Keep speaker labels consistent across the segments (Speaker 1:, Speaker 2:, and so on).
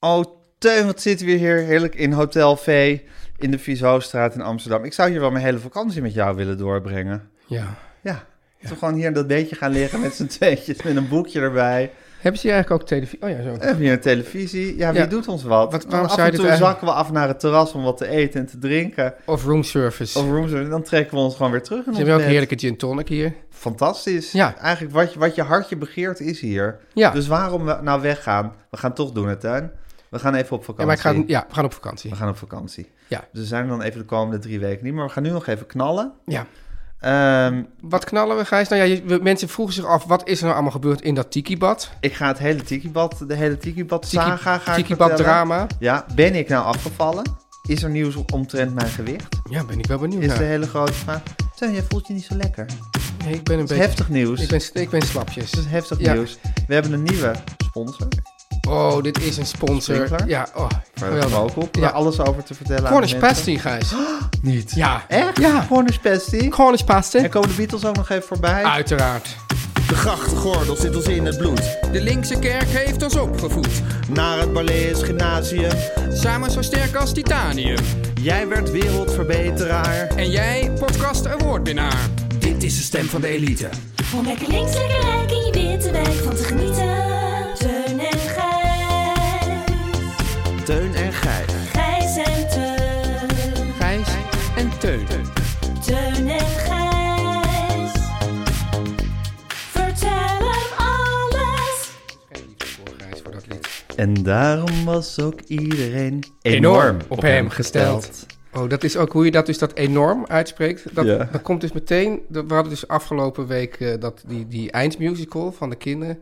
Speaker 1: Oh, Teun, wat zitten we hier heerlijk in Hotel V in de Vieshoofdstraat in Amsterdam. Ik zou hier wel mijn hele vakantie met jou willen doorbrengen.
Speaker 2: Ja.
Speaker 1: Ja, dat we gewoon hier in dat beetje gaan liggen met z'n tweetjes, met een boekje erbij.
Speaker 2: Hebben ze hier eigenlijk ook televisie? Oh ja, zo.
Speaker 1: Even hier een televisie. Ja, wie
Speaker 2: Ja.
Speaker 1: doet ons wat?
Speaker 2: Wat-
Speaker 1: En
Speaker 2: waarom
Speaker 1: af en
Speaker 2: zou je dit
Speaker 1: toe
Speaker 2: eigenlijk-
Speaker 1: zakken we af naar het terras om wat te eten en te drinken.
Speaker 2: Of room service.
Speaker 1: Of roomser- en dan trekken we ons gewoon weer terug. in
Speaker 2: ze
Speaker 1: ons
Speaker 2: hebben ook
Speaker 1: bed.
Speaker 2: heerlijke gin tonic hier.
Speaker 1: Fantastisch.
Speaker 2: Ja.
Speaker 1: Eigenlijk wat je, wat je hartje begeert is hier.
Speaker 2: Ja.
Speaker 1: Dus waarom we nou weggaan? We gaan toch doen het, Tuin. We gaan even op
Speaker 2: Ja,
Speaker 1: vakantie.
Speaker 2: maar ik ga, ja, we gaan op vakantie.
Speaker 1: We gaan op vakantie.
Speaker 2: Ja.
Speaker 1: Dus we zijn er dan even de komende drie weken niet. Maar we gaan nu nog even knallen.
Speaker 2: ja.
Speaker 1: Ehm,
Speaker 2: Wat knallen we, Gijs? Nou ja, je- we- mensen vroegen zich af, wat is er nou allemaal gebeurd in dat tiki-bad?
Speaker 1: ik ga het hele tikibad, de hele tikibad
Speaker 2: Tiki-
Speaker 1: saga gaan
Speaker 2: Tikibad drama.
Speaker 1: Ja, ben ik nou afgevallen? Is er nieuws omtrent mijn gewicht?
Speaker 2: Ja, ben ik wel benieuwd
Speaker 1: Is
Speaker 2: naar.
Speaker 1: de hele grote vraag. Teun, jij voelt je niet zo lekker.
Speaker 2: Nee, ik ben een
Speaker 1: Het is
Speaker 2: beetje...
Speaker 1: heftig nieuws.
Speaker 2: Ik ben, ik ben slapjes.
Speaker 1: Het is heftig
Speaker 2: Ja.
Speaker 1: nieuws. We hebben een nieuwe sponsor.
Speaker 2: Oh, dit is een sponsor.
Speaker 1: Sprinkler?
Speaker 2: Ja, oh,
Speaker 1: Waar we het
Speaker 2: geweldig.
Speaker 1: ook op.
Speaker 2: Ja.
Speaker 1: Daar alles over te vertellen. aan de
Speaker 2: Cornish
Speaker 1: mensen.
Speaker 2: pasty, Gijs.
Speaker 1: Niet.
Speaker 2: Ja.
Speaker 1: Echt?
Speaker 2: Ja.
Speaker 1: Cornish pasty.
Speaker 2: Cornish
Speaker 1: En
Speaker 2: pasty.
Speaker 1: komen de Beatles ook nog even voorbij?
Speaker 2: Uiteraard.
Speaker 3: De grachtgordel zit ons in het bloed.
Speaker 4: De linkse kerk heeft ons opgevoed.
Speaker 3: Naar het Barlees Gymnasium.
Speaker 4: Samen zo sterk als titanium.
Speaker 3: Jij werd wereldverbeteraar.
Speaker 4: En jij, podcast awardwinnaar.
Speaker 3: Dit is de stem van de elite.
Speaker 5: Om lekker links, lekker rijk in je witte wijk van te genieten. Teun en Gijs.
Speaker 3: Teun en Gijs.
Speaker 5: Gijs en Teun.
Speaker 4: Gijs en Teun.
Speaker 5: Teun en Gijs. Vertel hem alles.
Speaker 2: voor dat lied.
Speaker 1: En daarom was ook iedereen
Speaker 2: op hem gesteld. Oh, dat is ook hoe je dat dus dat enorm uitspreekt. Dat,
Speaker 1: Ja.
Speaker 2: dat komt dus meteen... dat- we hadden dus afgelopen week eh, dat, die, die eindmusical van de kinderen.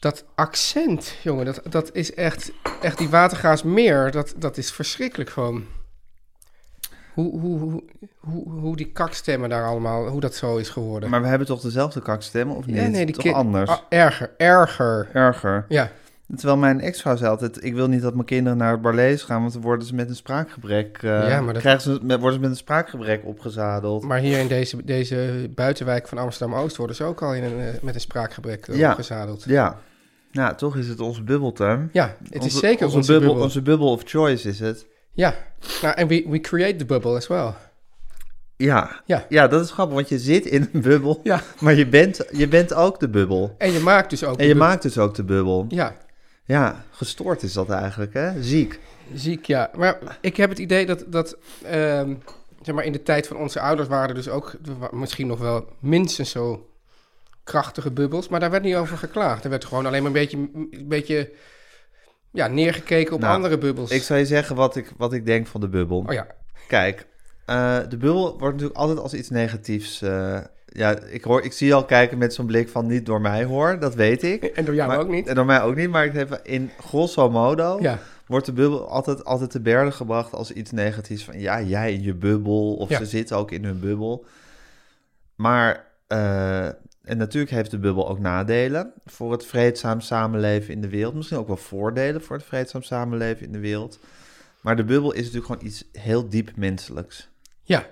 Speaker 2: Dat accent, jongen, dat, dat is echt... Echt die watergaas meer, dat, dat is verschrikkelijk gewoon. Hoe, hoe, hoe, hoe, hoe die kakstemmen daar allemaal, hoe dat zo is geworden.
Speaker 1: Maar we hebben toch dezelfde kakstemmen, of niet?
Speaker 2: Ja, nee, die
Speaker 1: toch
Speaker 2: kind-
Speaker 1: anders?
Speaker 2: Ah, erger, erger.
Speaker 1: Erger.
Speaker 2: Ja.
Speaker 1: Terwijl mijn ex-vrouw zei altijd... ik wil niet dat mijn kinderen naar het Barlees gaan... want dan worden ze met een spraakgebrek... eh,
Speaker 2: Ja, maar dat-
Speaker 1: krijgen ze, met- worden ze met een spraakgebrek opgezadeld.
Speaker 2: Maar hier in deze, deze buitenwijk van Amsterdam-Oost worden ze ook al in een, eh, met een spraakgebrek eh,
Speaker 1: Ja.
Speaker 2: opgezadeld.
Speaker 1: Ja. Nou, toch is het onze bubbeltuin.
Speaker 2: Ja, het is zeker onze,
Speaker 1: bubbel,
Speaker 2: bubbel.
Speaker 1: Onze bubbel of choice is het.
Speaker 2: Ja, nou, en we, we create the bubble as well.
Speaker 1: Ja.
Speaker 2: Ja.
Speaker 1: dat is grappig, want je zit in een bubbel...
Speaker 2: Ja.
Speaker 1: maar je bent, je bent ook de bubbel.
Speaker 2: En je maakt dus ook...
Speaker 1: En
Speaker 2: de
Speaker 1: je
Speaker 2: bub-
Speaker 1: maakt dus ook de bubbel.
Speaker 2: Ja,
Speaker 1: Ja, gestoord is dat eigenlijk, hè? Ziek.
Speaker 2: ziek, ja. Maar ik heb het idee dat, dat ehm, zeg maar, in de tijd van onze ouders waren er dus ook er wa- misschien nog wel minstens zo krachtige bubbels. Maar daar werd niet over geklaagd. Er werd gewoon alleen maar een beetje, een beetje ja, neergekeken op
Speaker 1: Nou,
Speaker 2: andere bubbels.
Speaker 1: Ik zou je zeggen wat ik, wat ik denk van de bubbel.
Speaker 2: Oh ja,
Speaker 1: Kijk, eh, de bubbel wordt natuurlijk altijd als iets negatiefs. eh, ja, ik, hoor, ik zie je al kijken met zo'n blik van niet door mij hoor, dat weet ik.
Speaker 2: en door jou
Speaker 1: Maar-
Speaker 2: ook niet.
Speaker 1: En door mij ook niet, maar ik heb in grosso modo
Speaker 2: Ja.
Speaker 1: wordt de bubbel altijd, altijd te berden gebracht als iets negatiefs. Van ja, jij in je bubbel, of
Speaker 2: Ja.
Speaker 1: ze zitten ook in hun bubbel. Maar, eh, en natuurlijk heeft de bubbel ook nadelen voor het vreedzaam samenleven in de wereld. Misschien ook wel voordelen voor het vreedzaam samenleven in de wereld. Maar de bubbel is natuurlijk gewoon iets heel diep menselijks.
Speaker 2: Ja,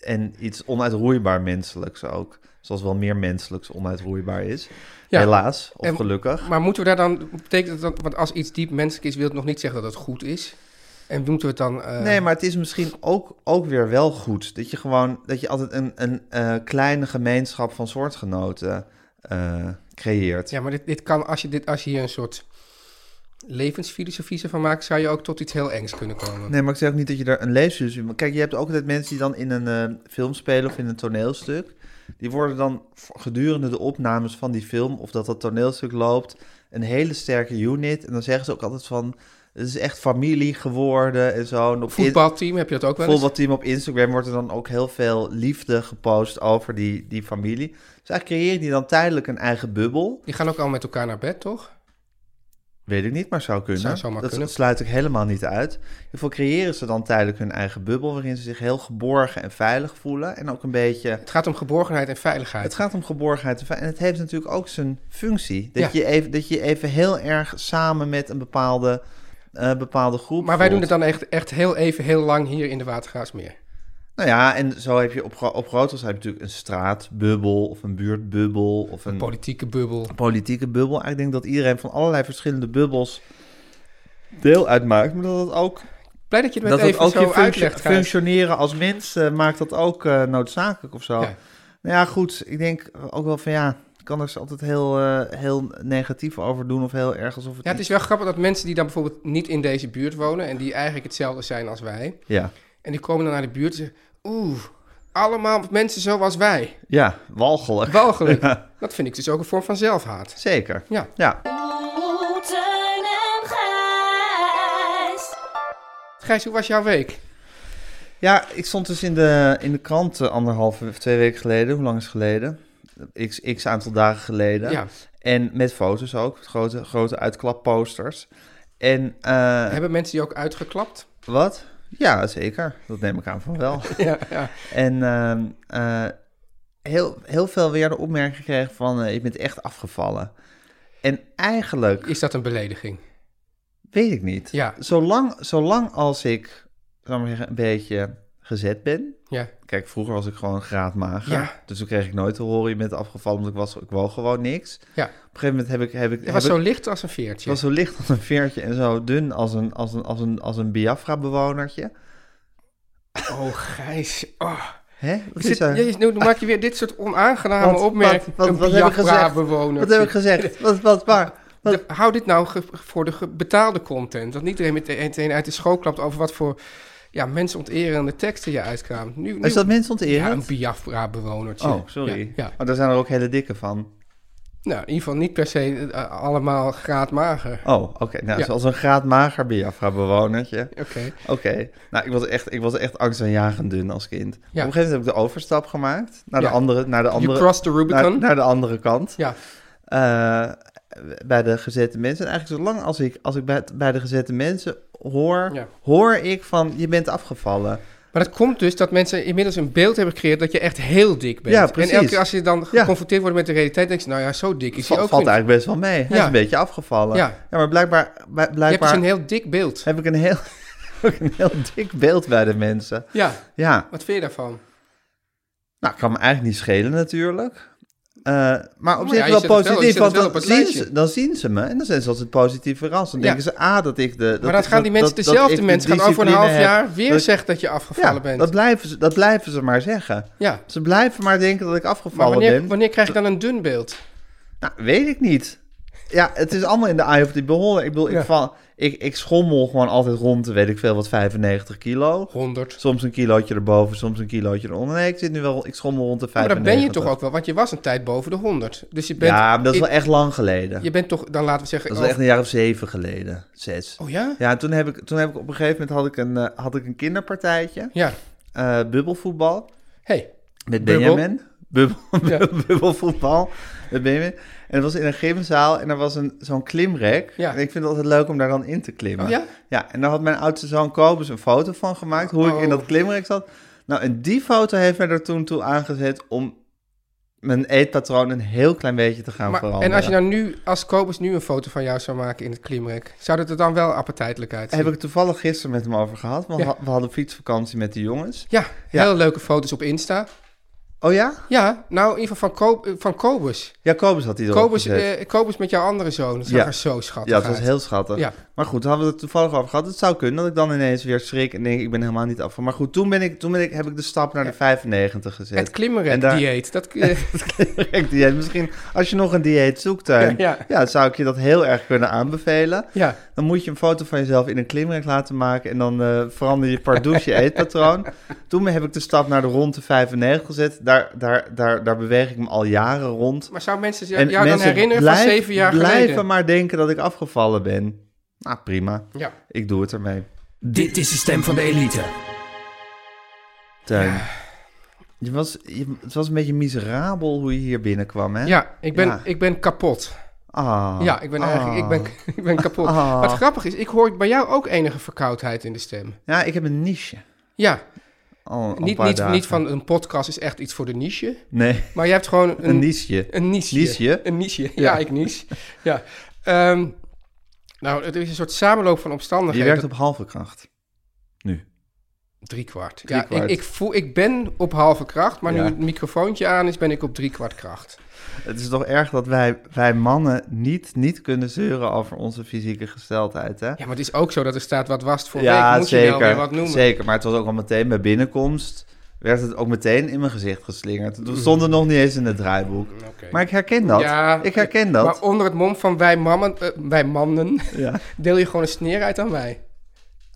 Speaker 1: En iets onuitroeibaar menselijks ook. Zoals wel meer menselijks onuitroeibaar is.
Speaker 2: Ja.
Speaker 1: Helaas, of
Speaker 2: En-
Speaker 1: gelukkig.
Speaker 2: Maar moeten we daar dan, betekent dat, dan- want als iets diep menselijk is, wil het nog niet zeggen dat het goed is. En moeten we het dan... eh,
Speaker 1: Nee, maar het is misschien ook, ook weer wel goed. Dat je gewoon, dat je altijd een, een eh, kleine gemeenschap van soortgenoten eh, creëert.
Speaker 2: Ja, maar dit, dit kan, als je, dit, als je hier een soort levensfilosofie van maakt, zou je ook tot iets heel engs kunnen komen.
Speaker 1: Nee, maar ik zeg ook niet dat je daar een leesfilosofie... Kijk, je hebt ook altijd mensen die dan in een eh, film spelen of in een toneelstuk. Die worden dan v- gedurende de opnames van die film of dat dat toneelstuk loopt... een hele sterke unit. En dan zeggen ze ook altijd van... Het is echt familie geworden en zo. En op in-
Speaker 2: Voetbalteam, heb je dat ook wel eens?
Speaker 1: voetbalteam op Instagram wordt er dan ook heel veel liefde gepost over die, die familie. Dus eigenlijk creëer die dan tijdelijk een eigen bubbel.
Speaker 2: Die gaan ook al met elkaar naar bed, toch?
Speaker 1: Weet ik niet, maar zou kunnen.
Speaker 2: Zou zomaar
Speaker 1: dat
Speaker 2: kunnen.
Speaker 1: sluit ik helemaal niet uit. In ieder geval creëren ze dan tijdelijk hun eigen bubbel... waarin ze zich heel geborgen en veilig voelen. En ook een beetje...
Speaker 2: Het gaat om geborgenheid en veiligheid.
Speaker 1: Het gaat om geborgenheid en vei- en het heeft natuurlijk ook zijn functie. Dat,
Speaker 2: Ja.
Speaker 1: je, even, dat je even heel erg samen met een bepaalde, eh, bepaalde groep
Speaker 2: maar wij doen
Speaker 1: voelt.
Speaker 2: het dan echt, echt heel even, heel lang hier in de Watergaasmeer.
Speaker 1: Nou ja, en zo heb je op, gro- op grotere schaal heb je natuurlijk een straatbubbel of een buurtbubbel of een
Speaker 2: Politieke bubbel.
Speaker 1: politieke bubbel. Ik denk dat iedereen van allerlei verschillende bubbels deel uitmaakt, maar dat het ook,
Speaker 2: Blij dat je het
Speaker 1: dat
Speaker 2: met
Speaker 1: het
Speaker 2: even
Speaker 1: ook
Speaker 2: zo
Speaker 1: je functio-
Speaker 2: uitlegt, Gijs.
Speaker 1: functioneren als mens eh, maakt dat ook eh, noodzakelijk of zo.
Speaker 2: Ja.
Speaker 1: Nou ja, goed, ik denk ook wel van ja, ik kan er altijd heel, eh, heel negatief over doen of heel erg alsof het...
Speaker 2: Ja, het
Speaker 1: niet-
Speaker 2: is wel grappig dat mensen die dan bijvoorbeeld niet in deze buurt wonen... en die eigenlijk hetzelfde zijn als wij...
Speaker 1: ja.
Speaker 2: en die komen dan naar de buurt en zeggen... Oeh, allemaal mensen zoals wij.
Speaker 1: ja, walgelijk.
Speaker 2: Walgelijk.
Speaker 1: Ja,
Speaker 2: Dat vind ik dus ook een vorm van zelfhaat.
Speaker 1: zeker.
Speaker 2: Ja.
Speaker 1: Ja,
Speaker 5: Oeh, Teun en Gijs.
Speaker 2: Gijs, hoe was jouw week?
Speaker 1: Ja, ik stond dus in de, in de krant eh, anderhalve of twee weken geleden. Hoe lang is het geleden? X, x aantal dagen geleden.
Speaker 2: Ja.
Speaker 1: En met foto's ook, met grote, grote uitklapposters. En eh,
Speaker 2: Hebben mensen die ook uitgeklapt?
Speaker 1: wat? Ja, zeker. Dat neem ik aan van wel.
Speaker 2: Ja, ja.
Speaker 1: en ehm, eh, heel, heel veel weer de opmerking gekregen van eh, je bent echt afgevallen. En eigenlijk
Speaker 2: Is dat een belediging?
Speaker 1: weet ik niet.
Speaker 2: Ja.
Speaker 1: Zolang, zolang als ik, zal ik maar zeggen, een beetje gezet ben,
Speaker 2: Ja.
Speaker 1: Kijk, vroeger was ik gewoon graadmager.
Speaker 2: Ja.
Speaker 1: Dus toen kreeg ik nooit te horen, je bent afgevallen, want ik, was, ik woog gewoon niks.
Speaker 2: Ja.
Speaker 1: Op een gegeven moment heb ik... Heb ik
Speaker 2: Het was
Speaker 1: heb
Speaker 2: zo
Speaker 1: ik-
Speaker 2: licht als een
Speaker 1: het
Speaker 2: veertje.
Speaker 1: was zo licht als een veertje en zo dun als een, als een, als een, als een Biafra-bewonertje.
Speaker 2: Oh, Gijs. Oh.
Speaker 1: Hè? Wat
Speaker 2: Zit,
Speaker 1: is er?
Speaker 2: jezus, nu maak je weer dit soort onaangename
Speaker 1: Wat-
Speaker 2: opmerkingen.
Speaker 1: wat- wat- wat
Speaker 2: een
Speaker 1: heb ik gezegd?
Speaker 2: Biafra-bewoner.
Speaker 1: Wat heb ik gezegd? Wat, wat, waar? Wat?
Speaker 2: De- hou dit nou ge- voor de ge- betaalde content. Dat niet iedereen meteen meteen uit de school klapt over wat voor ja, mensonterende teksten je uitkraamt. Nu, nu,
Speaker 1: Is dat mensen
Speaker 2: ja,
Speaker 1: onteren?
Speaker 2: een Biafra-bewonertje.
Speaker 1: oh, sorry.
Speaker 2: Ja, ja.
Speaker 1: Maar daar zijn er ook hele dikke van.
Speaker 2: Nou, in ieder geval niet per se eh, allemaal graadmager.
Speaker 1: Oh, oké. Nou,
Speaker 2: Ja.
Speaker 1: zoals een graadmager Biafra-bewonertje.
Speaker 2: Oké.
Speaker 1: Oké, nou, ik was echt, ik was echt angstaanjagend dun als kind. Op een gegeven moment heb ik de overstap gemaakt naar
Speaker 2: Ja.
Speaker 1: de andere, naar de
Speaker 2: You
Speaker 1: andere,
Speaker 2: crossed the Rubicon.
Speaker 1: naar, naar de andere kant.
Speaker 2: Ja.
Speaker 1: Eh, bij de gezette mensen. En eigenlijk zolang als ik, als ik bij, bij de gezette mensen hoor,
Speaker 2: Ja.
Speaker 1: hoor ik van je bent afgevallen.
Speaker 2: Maar dat komt dus dat mensen inmiddels een beeld hebben gecreëerd dat je echt heel dik bent.
Speaker 1: Ja, precies.
Speaker 2: En elke keer als je dan
Speaker 1: Ja.
Speaker 2: geconfronteerd wordt met de realiteit, denk je, nou ja, zo dik is
Speaker 1: Va-
Speaker 2: hij ook
Speaker 1: valt
Speaker 2: niet.
Speaker 1: eigenlijk best wel mee. Hij
Speaker 2: Ja.
Speaker 1: is een beetje afgevallen.
Speaker 2: Ja.
Speaker 1: maar blijkbaar, bl-
Speaker 2: Je hebt
Speaker 1: blijkbaar
Speaker 2: dus een heel dik beeld.
Speaker 1: heb ik een heel, heb ik een heel dik beeld bij de mensen.
Speaker 2: Ja,
Speaker 1: Ja,
Speaker 2: wat vind je daarvan?
Speaker 1: nou, kan me eigenlijk niet schelen natuurlijk. Eh, maar op
Speaker 2: Maar
Speaker 1: zich
Speaker 2: ja, je
Speaker 1: wel
Speaker 2: zet het wel- je zet
Speaker 1: positief,
Speaker 2: het
Speaker 1: want
Speaker 2: wel op
Speaker 1: dan
Speaker 2: het
Speaker 1: zien,
Speaker 2: lijstje.
Speaker 1: ze, dan zien ze me en dan zijn ze altijd positief verrast. Dan
Speaker 2: Ja.
Speaker 1: denken ze, ah, dat ik de... Dat,
Speaker 2: maar dat gaan die mensen,
Speaker 1: dat- dat ik
Speaker 2: dezelfde
Speaker 1: de
Speaker 2: mensen, gaan over een
Speaker 1: discipline
Speaker 2: half
Speaker 1: heb.
Speaker 2: jaar weer
Speaker 1: dat-
Speaker 2: zeggen dat je afgevallen
Speaker 1: ja,
Speaker 2: bent.
Speaker 1: Dat blijven, ze, dat blijven ze maar zeggen.
Speaker 2: ja,
Speaker 1: Ze blijven maar denken dat ik
Speaker 2: maar
Speaker 1: afgevallen
Speaker 2: wanneer,
Speaker 1: ben.
Speaker 2: wanneer krijg je dan een dun beeld?
Speaker 1: Nou, weet ik niet. Ja, het is allemaal in de eye of the beholder. Ik bedoel,
Speaker 2: Ja.
Speaker 1: ik, val, ik, ik schommel gewoon altijd rond, weet ik veel, wat 95 kilo.
Speaker 2: 100.
Speaker 1: Soms een kilootje erboven, soms een kilootje eronder. Nee, ik zit nu wel, ik schommel rond de 95.
Speaker 2: Maar dan Oh, ben je toch ook wel, want je was een tijd boven de 100. Dus je bent,
Speaker 1: ja, maar dat is
Speaker 2: in-
Speaker 1: wel echt lang geleden.
Speaker 2: je bent toch, dan laten we zeggen,
Speaker 1: Dat is wel echt
Speaker 2: oh,
Speaker 1: een jaar of zeven geleden. Zes.
Speaker 2: oh ja?
Speaker 1: Ja, en toen heb ik, toen heb ik op een gegeven moment had ik een, eh, had ik een kinderpartijtje.
Speaker 2: Ja.
Speaker 1: eh, bubbelvoetbal.
Speaker 2: Hey,
Speaker 1: Met
Speaker 2: Bubbel.
Speaker 1: Benjamin. Bubbel,
Speaker 2: Ja.
Speaker 1: bubbelvoetbal. Met Benjamin. En dat was in een gymzaal en er was een, zo'n klimrek.
Speaker 2: Ja.
Speaker 1: En ik vind het altijd leuk om daar dan in te klimmen.
Speaker 2: Oh ja?
Speaker 1: en daar had mijn oudste zoon Kobus een foto van gemaakt. Hoe ik in dat
Speaker 2: Oh.
Speaker 1: klimrek zat. Nou, en die foto heeft mij er toen toe aangezet om mijn eetpatroon een heel klein beetje te gaan
Speaker 2: Maar-
Speaker 1: veranderen.
Speaker 2: en als je nou nu, als Kobus nu een foto van jou zou maken in het klimrek, zou dat er dan wel appetijtelijk uitzien?
Speaker 1: Heb ik het toevallig gisteren met hem over gehad. Want
Speaker 2: nou- Ja.
Speaker 1: we hadden fietsvakantie met de jongens.
Speaker 2: Ja,
Speaker 1: Ja.
Speaker 2: heel leuke foto's op Insta.
Speaker 1: Oh ja?
Speaker 2: Ja, nou in ieder geval van, Ko- eh, van Kobus.
Speaker 1: Ja, Kobus had die erop
Speaker 2: Kobus,
Speaker 1: gezet.
Speaker 2: eh, Kobus met jouw andere zoon. Dat zag
Speaker 1: Ja.
Speaker 2: er zo schattig
Speaker 1: Ja, het was
Speaker 2: uit.
Speaker 1: heel schattig.
Speaker 2: Ja.
Speaker 1: Maar goed, daar hadden we het toevallig over gehad. Het zou kunnen dat ik dan ineens weer schrik en denk ik ben helemaal niet af van. Maar goed, toen, ben ik, toen ben ik, heb ik de stap naar de 95 gezet.
Speaker 2: Het
Speaker 1: En daar-
Speaker 2: klimmerrek-dieet. Dat, eh,
Speaker 1: Kijk, dieet. Misschien als je nog een dieet zoekt, Teun,
Speaker 2: Ja, ja.
Speaker 1: zou ik je dat heel erg kunnen aanbevelen.
Speaker 2: ja.
Speaker 1: Dan moet je een foto van jezelf in een klimrek laten maken en dan eh, verander je pardoes je eetpatroon. Toen heb ik de stap naar de rond de 95 gezet. Daar, daar, daar, daar beweeg ik me al jaren rond.
Speaker 2: Maar zou mensen jou, jou dan herinneren van
Speaker 1: blijf-
Speaker 2: zeven jaar
Speaker 1: blijven
Speaker 2: geleden?
Speaker 1: maar denken dat ik afgevallen ben. Nou, prima.
Speaker 2: Ja.
Speaker 1: Ik doe het ermee.
Speaker 3: Dit is de stem van de elite.
Speaker 1: Teun, je was, je, het was een beetje miserabel hoe je hier binnenkwam, hè?
Speaker 2: Ja, ik ben,
Speaker 1: Ja.
Speaker 2: Ik ben kapot.
Speaker 1: Ah,
Speaker 2: ja, ik ben
Speaker 1: ah.
Speaker 2: eigenlijk ik ben, ik ben kapot.
Speaker 1: Ah.
Speaker 2: Wat grappig is, ik hoor bij jou ook enige verkoudheid in de stem.
Speaker 1: Ja, ik heb een niche.
Speaker 2: Ja,
Speaker 1: Al, al een
Speaker 2: niet,
Speaker 1: paar
Speaker 2: niet,
Speaker 1: dagen.
Speaker 2: niet van een podcast is echt iets voor de niche.
Speaker 1: Nee,
Speaker 2: Maar je hebt gewoon een,
Speaker 1: een niche.
Speaker 2: Een niche.
Speaker 1: Niche?
Speaker 2: Een niche. Ja, ik niche. Ja. Ehm, nou, het is een soort samenloop van
Speaker 1: Je
Speaker 2: omstandigheden.
Speaker 1: werkt op halve kracht. Nu.
Speaker 2: Drie kwart. ja,
Speaker 1: Driekwart.
Speaker 2: Ik, ik, voel, ik ben op halve kracht, maar
Speaker 1: Ja.
Speaker 2: nu het microfoontje aan is, ben ik op drie kwart kracht.
Speaker 1: Het is toch erg dat wij, wij mannen niet, niet kunnen zeuren over onze fysieke gesteldheid, hè?
Speaker 2: Ja, maar het is ook zo dat er staat wat was voor
Speaker 1: Ja,
Speaker 2: week. Moet je wel weer wat noemen.
Speaker 1: zeker. Maar het was ook al meteen bij binnenkomst. Werd het ook meteen in mijn gezicht geslingerd. We stonden nog niet eens in het draaiboek.
Speaker 2: Mm, Oké.
Speaker 1: Maar ik herken dat.
Speaker 2: Ja,
Speaker 1: ik herken dat.
Speaker 2: Maar onder het mom van wij, mammen, eh, wij mannen
Speaker 1: Ja.
Speaker 2: deel je gewoon een sneer uit aan mij.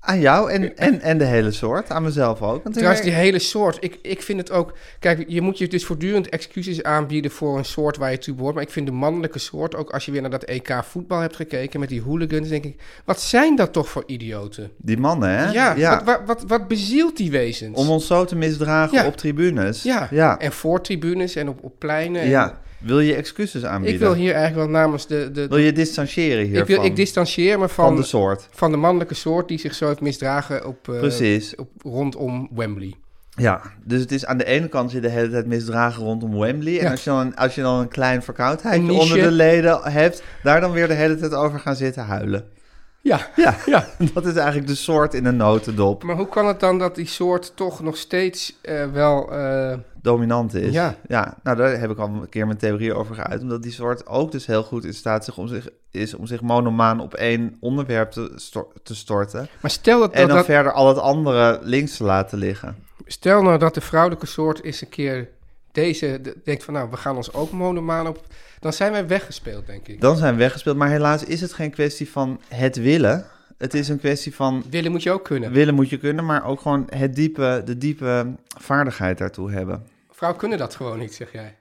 Speaker 1: Aan jou en, en, en de hele soort. Aan mezelf ook. Want
Speaker 2: Trouwens, die hele soort. Ik, ik vind het ook... Kijk, je moet je dus voortdurend excuses aanbieden voor een soort waar je toe behoort. Maar ik vind de mannelijke soort, ook als je weer naar dat EK voetbal hebt gekeken met die hooligans, denk ik, wat zijn dat toch voor idioten?
Speaker 1: die mannen, hè?
Speaker 2: Ja, Wat, wat, wat, wat bezielt die wezens?
Speaker 1: Om ons zo te misdragen
Speaker 2: Ja.
Speaker 1: op tribunes.
Speaker 2: ja.
Speaker 1: ja.
Speaker 2: en voor tribunes en op, op pleinen. en-
Speaker 1: Ja. Wil je excuses aanbieden?
Speaker 2: Ik wil hier eigenlijk wel namens de... de,
Speaker 1: Wil je distancieren hiervan?
Speaker 2: ik, wil, ik distancieer me van,
Speaker 1: van de soort.
Speaker 2: van de mannelijke soort die zich zo heeft misdragen op, eh,
Speaker 1: Precies.
Speaker 2: op, rondom Wembley.
Speaker 1: Ja, dus het is aan de ene kant zit de hele tijd misdragen rondom Wembley. En
Speaker 2: Ja.
Speaker 1: als, je dan, als je dan een klein
Speaker 2: Een
Speaker 1: verkoudheidje
Speaker 2: niche.
Speaker 1: onder de leden hebt, daar dan weer de hele tijd over gaan zitten huilen.
Speaker 2: Ja.
Speaker 1: Ja,
Speaker 2: Ja.
Speaker 1: dat is eigenlijk de soort in een notendop.
Speaker 2: Maar hoe kan het dan dat die soort toch nog steeds eh, wel... eh,
Speaker 1: Dominant is.
Speaker 2: Ja.
Speaker 1: nou daar heb ik al een keer mijn theorie over geuit. Omdat die soort ook dus heel goed in staat zich om zich, is om zich monomaan op één onderwerp te, stor- te storten.
Speaker 2: Maar stel, dat,
Speaker 1: En
Speaker 2: dat,
Speaker 1: dan
Speaker 2: dat-
Speaker 1: verder al het andere links te laten liggen.
Speaker 2: stel nou dat de vrouwelijke soort eens een keer deze de- denkt van... nou, we gaan ons ook monomaan op... dan zijn wij weggespeeld, denk ik.
Speaker 1: Dan zijn we weggespeeld. Maar helaas is het geen kwestie van het willen. Het is een kwestie van
Speaker 2: Willen moet je ook kunnen.
Speaker 1: willen moet je kunnen, maar ook gewoon het diepe, de diepe vaardigheid daartoe hebben.
Speaker 2: Vrouwen kunnen dat gewoon niet, zeg jij.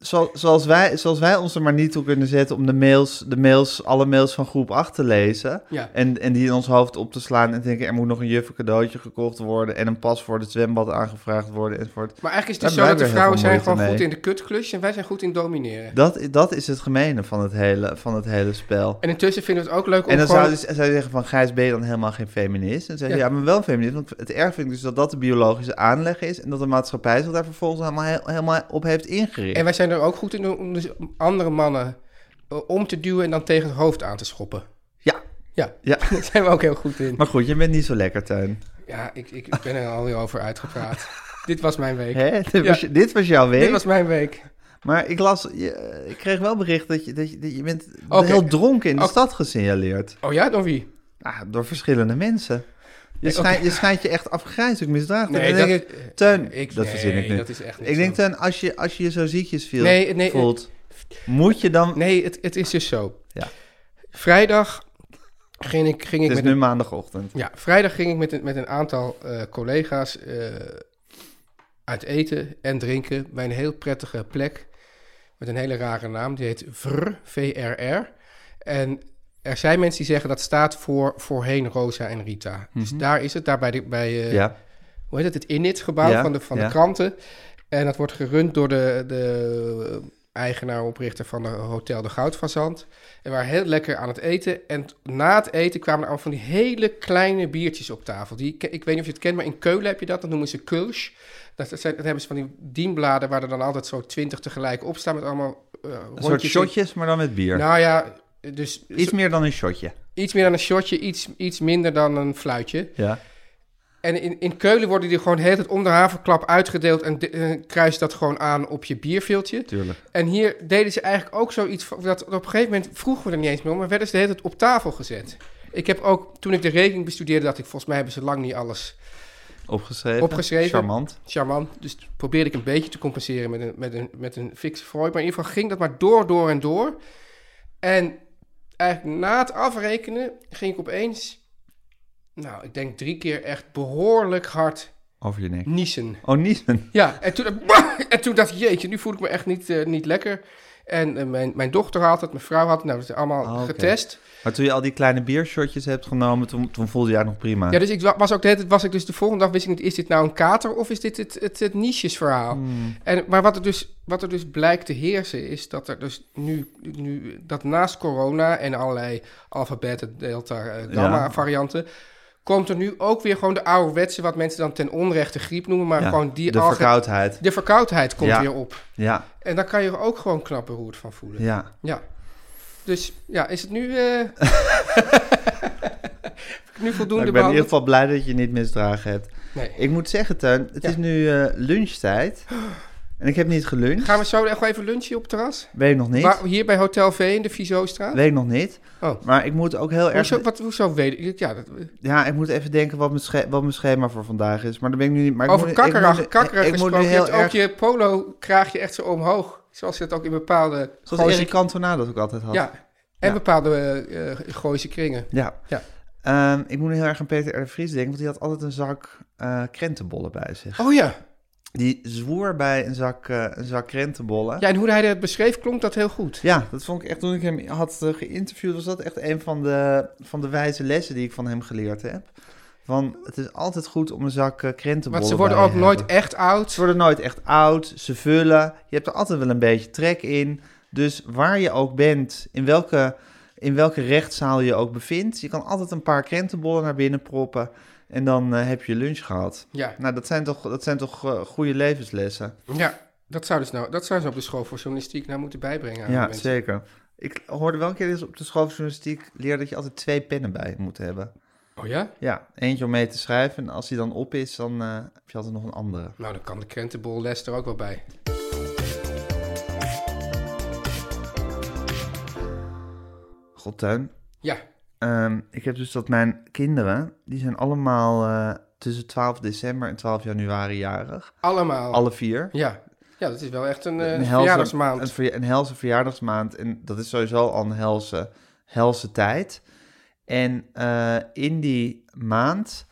Speaker 1: Zo- zoals, wij, zoals wij ons er maar niet toe kunnen zetten om de mails, de mails, alle mails van groep 8 te lezen.
Speaker 2: Ja.
Speaker 1: En, en die in ons hoofd op te slaan en te denken, er moet nog een juffe cadeautje gekocht worden en een pas voor het zwembad aangevraagd worden enzovoort.
Speaker 2: Maar eigenlijk is
Speaker 1: Daar
Speaker 2: het
Speaker 1: hebben
Speaker 2: dus zo dat de
Speaker 1: wij heel
Speaker 2: vrouwen
Speaker 1: veel
Speaker 2: zijn
Speaker 1: moeite
Speaker 2: gewoon goed
Speaker 1: mee.
Speaker 2: in de kutklus... en wij zijn goed in domineren.
Speaker 1: Dat, dat is het gemene van het hele, van het hele spel.
Speaker 2: En intussen vinden we het ook leuk om
Speaker 1: En dan
Speaker 2: gewoon...
Speaker 1: zou je, dus- zou je zeggen van Gijs, ben je dan helemaal geen feminist? En dan zeg je,
Speaker 2: Ja.
Speaker 1: ja, maar wel een feminist. Want het erg vind ik dus dat dat de biologische aanleg is... en dat de maatschappij zich daar vervolgens helemaal, he- helemaal op heeft ingericht.
Speaker 2: En wij zijn er ook goed in om dus andere mannen eh, om te duwen... en dan tegen het hoofd aan te schoppen.
Speaker 1: Ja,
Speaker 2: Ja,
Speaker 1: ja.
Speaker 2: daar zijn we ook heel goed in.
Speaker 1: Maar goed, je bent niet zo lekker, Tuin.
Speaker 2: Ja, ik, ik, ik ben er alweer over uitgepraat. Dit was mijn week.
Speaker 1: Hè? Dit,
Speaker 2: Ja.
Speaker 1: was, je- dit was jouw
Speaker 2: Dit
Speaker 1: week.
Speaker 2: was mijn week.
Speaker 1: Maar ik las, je, eh, ik kreeg wel bericht dat je, dat je, dat je bent
Speaker 2: Oké.
Speaker 1: heel dronken in de
Speaker 2: Oké.
Speaker 1: stad gesignaleerd.
Speaker 2: Oh ja, door wie?
Speaker 1: Ah, door verschillende mensen. Je,
Speaker 2: oké.
Speaker 1: schijnt, je schijnt je echt afgrijzelijk misdragen.
Speaker 2: Nee,
Speaker 1: Dan denk
Speaker 2: dat- Eh,
Speaker 1: ik, Teun,
Speaker 2: ik-
Speaker 1: dat verzin ik
Speaker 2: nee,
Speaker 1: nu.
Speaker 2: dat is echt niet
Speaker 1: ik denk,
Speaker 2: zo.
Speaker 1: Teun, als je, als je je zo ziekjes viel,
Speaker 2: Nee, nee, eh,
Speaker 1: voelt, moet je dan...
Speaker 2: Nee, het, het is dus zo.
Speaker 1: Ja.
Speaker 2: Vrijdag ging ik, ging
Speaker 1: het
Speaker 2: ik met
Speaker 1: is nu
Speaker 2: een,
Speaker 1: maandagochtend.
Speaker 2: ja, vrijdag ging ik met een, met een aantal eh, collega's eh, uit eten en drinken bij een heel prettige plek met een hele rare naam. Die heet VRR, VRR. En er zijn mensen die zeggen dat staat voor voorheen Rosa en Rita. Dus daar is het, daar bij, de, bij eh,
Speaker 1: Ja.
Speaker 2: hoe heet het, het Init-gebouw
Speaker 1: Ja,
Speaker 2: van, de, van
Speaker 1: ja.
Speaker 2: de kranten. En dat wordt gerund door de, de eigenaar, oprichter van de Hotel de Goudfazant. En we waren heel lekker aan het eten. En t- na het eten kwamen er allemaal van die hele kleine biertjes op tafel. Die, ik ik weet niet of je het kent, maar in Keulen heb je dat. Dat noemen ze Kulsch. Dat, zijn, dat hebben ze van die dienbladen waar er dan altijd zo twintig tegelijk op staan met allemaal eh
Speaker 1: Een soort
Speaker 2: rondjes. in-
Speaker 1: shotjes, maar dan met bier.
Speaker 2: Nou ja, dus
Speaker 1: Iets meer dan een shotje.
Speaker 2: iets meer dan een shotje, iets, iets minder dan een fluitje.
Speaker 1: Ja.
Speaker 2: En in, in Keulen worden die gewoon de hele tijd om de haverklap uitgedeeld en de- eh, kruis dat gewoon aan op je bierviltje.
Speaker 1: Tuurlijk.
Speaker 2: En hier deden ze eigenlijk ook zoiets van, dat op een gegeven moment vroegen we er niet eens meer om, maar werden ze de hele tijd op tafel gezet. Ik heb ook, toen ik de rekening bestudeerde, dacht ik, volgens mij hebben ze lang niet alles
Speaker 1: Opgeschreven.
Speaker 2: Opgeschreven.
Speaker 1: Charmant.
Speaker 2: charmant. Dus probeerde ik een beetje te compenseren met een, met een, met een fikse Freud. Maar in ieder geval ging dat maar door, door en door. En eigenlijk na het afrekenen ging ik opeens, nou, ik denk drie keer echt behoorlijk hard
Speaker 1: Over je nek.
Speaker 2: niezen.
Speaker 1: Oh, Niesen.
Speaker 2: Ja, en toen, en toen dacht ik, jeetje, nu voel ik me echt niet, eh, niet lekker. En eh, mijn, mijn dochter had het, mijn vrouw had het, nou, dat is allemaal
Speaker 1: Ah, oké.
Speaker 2: getest.
Speaker 1: Maar toen je al die kleine biershotjes hebt genomen, toen, toen voelde je eigenlijk nog prima.
Speaker 2: Ja, dus ik wa- was ook de hele tijd, was ik dus de volgende dag wist ik niet, is dit nou een kater of is dit het, het, het niesjesverhaal?
Speaker 1: Hmm.
Speaker 2: En, maar wat er, dus, wat er dus blijkt te heersen is dat er dus nu, nu dat naast corona en allerlei alfabetten, delta, eh, gamma
Speaker 1: Ja.
Speaker 2: varianten, komt er nu ook weer gewoon de ouderwetse, wat mensen dan ten onrechte griep noemen, maar
Speaker 1: Ja,
Speaker 2: gewoon die
Speaker 1: De
Speaker 2: alge-
Speaker 1: verkoudheid.
Speaker 2: de verkoudheid komt
Speaker 1: Ja.
Speaker 2: weer op.
Speaker 1: Ja,
Speaker 2: En daar kan je er ook gewoon knap beroerd van voelen. Ja.
Speaker 1: ja.
Speaker 2: Dus ja, is het nu... eh, nu
Speaker 1: Nou,
Speaker 2: voldoende
Speaker 1: ik ben in ieder
Speaker 2: behandeld?
Speaker 1: geval blij dat je niet misdragen hebt.
Speaker 2: Nee.
Speaker 1: Ik moet zeggen, Teun, het
Speaker 2: Ja.
Speaker 1: is nu eh, lunchtijd. En ik heb niet geluncht.
Speaker 2: Gaan we zo echt wel even lunchen op het terras?
Speaker 1: Weet ik nog niet.
Speaker 2: Waar- hier bij Hotel V in de Vizostraat?
Speaker 1: Weet ik nog niet.
Speaker 2: Oh.
Speaker 1: Maar ik moet ook heel erg...
Speaker 2: Hoezo, wat, hoezo weet ik? Ja, dat,
Speaker 1: Ja, ik moet even denken wat mijn, sche- wat mijn schema voor vandaag is. Maar dan ben ik nu niet... Maar ik
Speaker 2: over
Speaker 1: moet nu- ik
Speaker 2: kakkerag,
Speaker 1: moet nu-
Speaker 2: kakkerag
Speaker 1: ik moet nu
Speaker 2: gesproken. Je
Speaker 1: heel
Speaker 2: hebt ook
Speaker 1: erg...
Speaker 2: je polo kraagje echt zo omhoog. Zoals je dat ook in bepaalde...
Speaker 1: Zoals
Speaker 2: Gooise-
Speaker 1: Erik Cantona dat ook altijd had.
Speaker 2: Ja, en
Speaker 1: Ja.
Speaker 2: bepaalde eh, eh, Gooise kringen.
Speaker 1: Ja.
Speaker 2: Ja.
Speaker 1: Ehm, ik moet nu heel erg aan Peter R. de Vries denken, want die had altijd een zak eh, krentenbollen bij zich.
Speaker 2: Oh ja.
Speaker 1: Die zwoer bij een zak, eh, een zak krentenbollen.
Speaker 2: ja, en hoe hij dat beschreef klonk dat heel goed.
Speaker 1: Ja, dat vond ik echt, toen ik hem had eh, geïnterviewd, was dat echt een van de, van de wijze lessen die ik van hem geleerd heb. Van, het is altijd goed om een zak eh, krentenbollen
Speaker 2: Want ze worden
Speaker 1: bij
Speaker 2: ook
Speaker 1: je
Speaker 2: nooit
Speaker 1: hebben.
Speaker 2: echt oud.
Speaker 1: Ze worden nooit echt oud, ze vullen. Je hebt er altijd wel een beetje trek in. Dus waar je ook bent, in welke, in welke rechtszaal je ook bevindt, je kan altijd een paar krentenbollen naar binnen proppen. En dan eh, heb je lunch gehad.
Speaker 2: Ja,
Speaker 1: Nou, dat zijn toch, dat zijn toch eh, goede levenslessen?
Speaker 2: ja. Dat zou, dus nou, dat zou ze op de school voor journalistiek nou moeten bijbrengen. aan
Speaker 1: ja,
Speaker 2: mensen.
Speaker 1: zeker. Ik hoorde wel een keer eens op de school van journalistiek leren dat je altijd twee pennen bij je moet hebben.
Speaker 2: Oh ja?
Speaker 1: Ja, eentje om mee te schrijven. En als die dan op is, dan eh, heb je altijd nog een andere.
Speaker 2: Nou, dan kan de krentenbolles er ook wel bij.
Speaker 1: God, Teun,
Speaker 2: Ja,
Speaker 1: Ehm, ik heb dus dat mijn kinderen, die zijn allemaal eh, tussen 12 december en 12 januari jarig.
Speaker 2: allemaal.
Speaker 1: Alle vier.
Speaker 2: Ja. Oh. ja, dat is wel echt een, eh,
Speaker 1: helse-
Speaker 2: verjaardagsmaand.
Speaker 1: Een, verja- een helse verjaardagsmaand. En dat is sowieso al een helse, helse tijd. En eh, in die maand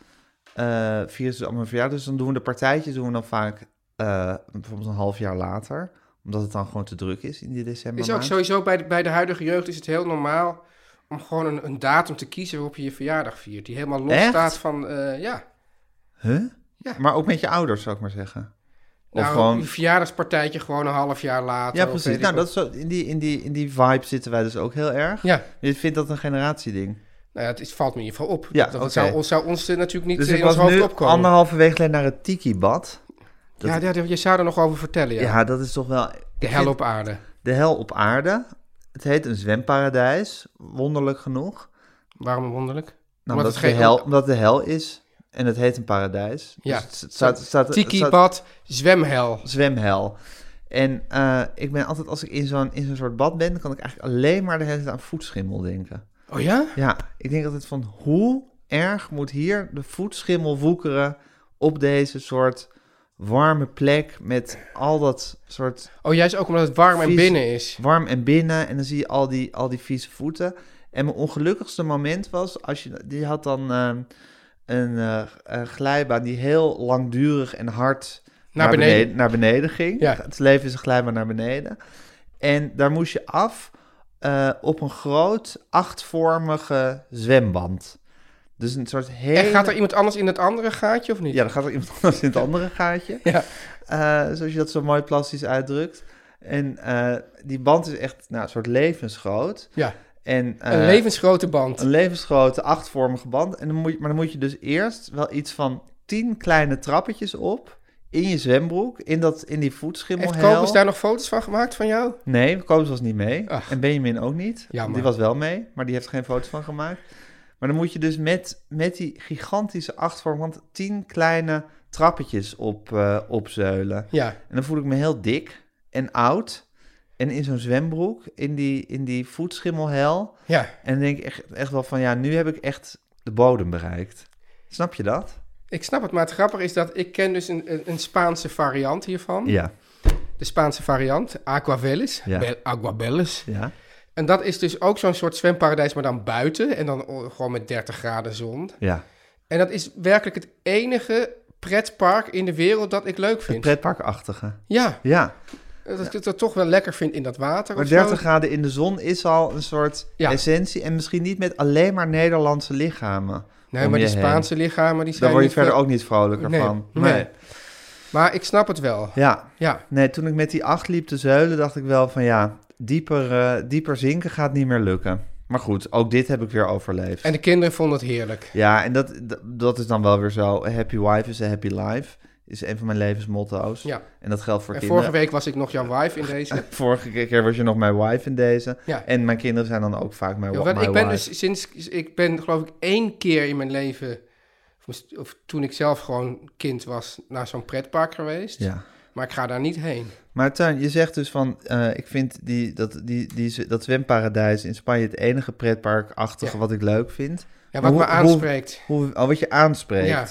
Speaker 1: eh vieren ze allemaal verjaardag. Dus dan doen we de partijtjes doen we dan vaak eh, bijvoorbeeld een half jaar later. Omdat het dan gewoon te druk is in die december.
Speaker 2: is ook sowieso bij de, bij de huidige jeugd is het heel normaal om gewoon een, een datum te kiezen waarop je je verjaardag viert. Die helemaal los
Speaker 1: Echt?
Speaker 2: staat van, eh, ja.
Speaker 1: Huh?
Speaker 2: Ja.
Speaker 1: Maar ook met je ouders, zou ik maar zeggen. Of
Speaker 2: Nou,
Speaker 1: gewoon-
Speaker 2: een verjaardagspartijtje gewoon een half jaar later.
Speaker 1: Ja,
Speaker 2: of
Speaker 1: precies.
Speaker 2: weet ik
Speaker 1: Nou,
Speaker 2: wat.
Speaker 1: dat is zo, in, die, in, die, in die vibe zitten wij dus ook heel erg.
Speaker 2: Ja,
Speaker 1: Je vindt dat een generatieding.
Speaker 2: nou ja, het is, valt me in ieder geval op.
Speaker 1: Ja,
Speaker 2: dat dat
Speaker 1: oké.
Speaker 2: zou, ons- zou ons eh, natuurlijk niet
Speaker 1: Dus
Speaker 2: eh,
Speaker 1: ik
Speaker 2: in ons
Speaker 1: was
Speaker 2: hoofd
Speaker 1: nu
Speaker 2: opkomen.
Speaker 1: anderhalve week geleden naar het Tiki-bad. dat-
Speaker 2: Ja, ja, ja, je zou er nog over vertellen, ja.
Speaker 1: Ja. dat is toch wel...
Speaker 2: de
Speaker 1: ik
Speaker 2: hel
Speaker 1: vind-
Speaker 2: op aarde.
Speaker 1: De hel op aarde. Het heet een zwemparadijs, wonderlijk genoeg.
Speaker 2: Waarom wonderlijk?
Speaker 1: Nou, omdat,
Speaker 2: het
Speaker 1: de
Speaker 2: geen-
Speaker 1: hel, omdat de hel is en het heet een paradijs.
Speaker 2: Ja.
Speaker 1: Dus het, het staat, het staat, het staat-
Speaker 2: Tiki-bad, zwemhel.
Speaker 1: zwemhel. En eh, ik ben altijd, als ik in zo'n, in zo'n soort bad ben, dan kan ik eigenlijk alleen maar de hele tijd aan voetschimmel denken.
Speaker 2: Oh ja?
Speaker 1: Ja, ik denk altijd van hoe erg moet hier de voetschimmel woekeren op deze soort warme plek met al dat soort
Speaker 2: Oh, juist ook omdat het warm en
Speaker 1: Vies.
Speaker 2: binnen is.
Speaker 1: warm en binnen en dan zie je al die, al die vieze voeten. En mijn ongelukkigste moment was, als je, die had dan ehm, een eh, eh, glijbaan die heel langdurig en hard
Speaker 2: Naar beneden.
Speaker 1: naar beneden ging.
Speaker 2: Ja.
Speaker 1: Het leven is een glijbaan naar beneden. En daar moest je af eh, op een groot achtvormige zwemband. Dus een soort hele...
Speaker 2: En gaat er iemand anders in het andere gaatje of niet?
Speaker 1: Ja, dan gaat er iemand anders in het andere gaatje.
Speaker 2: Ja.
Speaker 1: Eh, zoals je dat zo mooi plastisch uitdrukt. En eh, die band is echt nou, een soort levensgroot.
Speaker 2: Ja.
Speaker 1: En, eh,
Speaker 2: Een levensgrote band.
Speaker 1: een levensgrote achtvormige band. En dan moet je, maar dan moet je dus eerst wel iets van tien kleine trappetjes op. In je zwembroek, in, dat, in die
Speaker 2: Heeft
Speaker 1: voetschimmelhel.
Speaker 2: Kobus daar nog foto's van gemaakt van jou?
Speaker 1: Nee, Kobus was niet mee.
Speaker 2: Ach.
Speaker 1: En Benjamin ook niet.
Speaker 2: Jammer.
Speaker 1: Die was wel mee, maar die heeft er geen foto's van gemaakt. Maar dan moet je dus met, met die gigantische achtvorm, want tien kleine trappetjes op, eh opzeulen.
Speaker 2: Ja,
Speaker 1: En dan voel ik me heel dik en oud. En in zo'n zwembroek, in die, in die voetschimmelhel.
Speaker 2: ja.
Speaker 1: En dan denk ik echt, echt wel van, ja, nu heb ik echt de bodem bereikt. Snap je dat?
Speaker 2: Ik snap het, maar het grappige is dat ik ken dus een, een, een Spaanse variant hiervan.
Speaker 1: Ja,
Speaker 2: De Spaanse variant, Aquavelis.
Speaker 1: Ja.
Speaker 2: Bel- Aquabelis.
Speaker 1: ja.
Speaker 2: En dat is dus ook zo'n soort zwemparadijs, maar dan buiten. En dan o- gewoon met 30 graden zon.
Speaker 1: Ja,
Speaker 2: En dat is werkelijk het enige pretpark in de wereld dat ik leuk
Speaker 1: het
Speaker 2: vind.
Speaker 1: pretparkachtige.
Speaker 2: Ja,
Speaker 1: Ja,
Speaker 2: dat ik het er toch wel lekker vind in dat water.
Speaker 1: maar
Speaker 2: of zo.
Speaker 1: 30 graden in de zon is al een soort
Speaker 2: Ja.
Speaker 1: essentie. En misschien niet met alleen maar Nederlandse lichamen.
Speaker 2: Nee,
Speaker 1: om
Speaker 2: maar
Speaker 1: je
Speaker 2: die
Speaker 1: heen.
Speaker 2: Spaanse lichamen die
Speaker 1: Daar
Speaker 2: zijn
Speaker 1: word je
Speaker 2: niet
Speaker 1: verder
Speaker 2: veel-
Speaker 1: ook niet vrolijker
Speaker 2: Nee,
Speaker 1: van.
Speaker 2: nee. Maar ik snap het wel.
Speaker 1: Ja,
Speaker 2: Ja,
Speaker 1: nee, toen ik met die acht liep te zeulen, dacht ik wel van ja, dieper, eh, dieper zinken gaat niet meer lukken. Maar goed, ook dit heb ik weer overleefd.
Speaker 2: en de kinderen vonden het heerlijk.
Speaker 1: Ja, en dat, dat- dat is dan wel weer zo. A happy wife is a happy life. Is een van mijn levensmotto's.
Speaker 2: Ja.
Speaker 1: En dat geldt voor
Speaker 2: En
Speaker 1: kinderen.
Speaker 2: vorige week was ik nog jouw wife in deze.
Speaker 1: Vorige keer was je nog mijn wife in deze.
Speaker 2: Ja.
Speaker 1: En mijn kinderen zijn dan ook vaak mijn,
Speaker 2: Ja,
Speaker 1: wa-
Speaker 2: wel,
Speaker 1: my
Speaker 2: ik ben
Speaker 1: wife.
Speaker 2: dus sinds ik ben geloof ik één keer in mijn leven, of, mis- of toen ik zelf gewoon kind was, naar zo'n pretpark geweest.
Speaker 1: Ja.
Speaker 2: Maar ik ga daar niet heen.
Speaker 1: Maar Tuin, je zegt dus van, eh, ik vind die, dat, die, die, dat zwemparadijs in Spanje het enige pretparkachtige
Speaker 2: Ja.
Speaker 1: wat ik leuk vind. Maar
Speaker 2: Ja, wat
Speaker 1: hoe-
Speaker 2: me aanspreekt.
Speaker 1: Hoe, hoe, oh, wat je aanspreekt.
Speaker 2: Ja.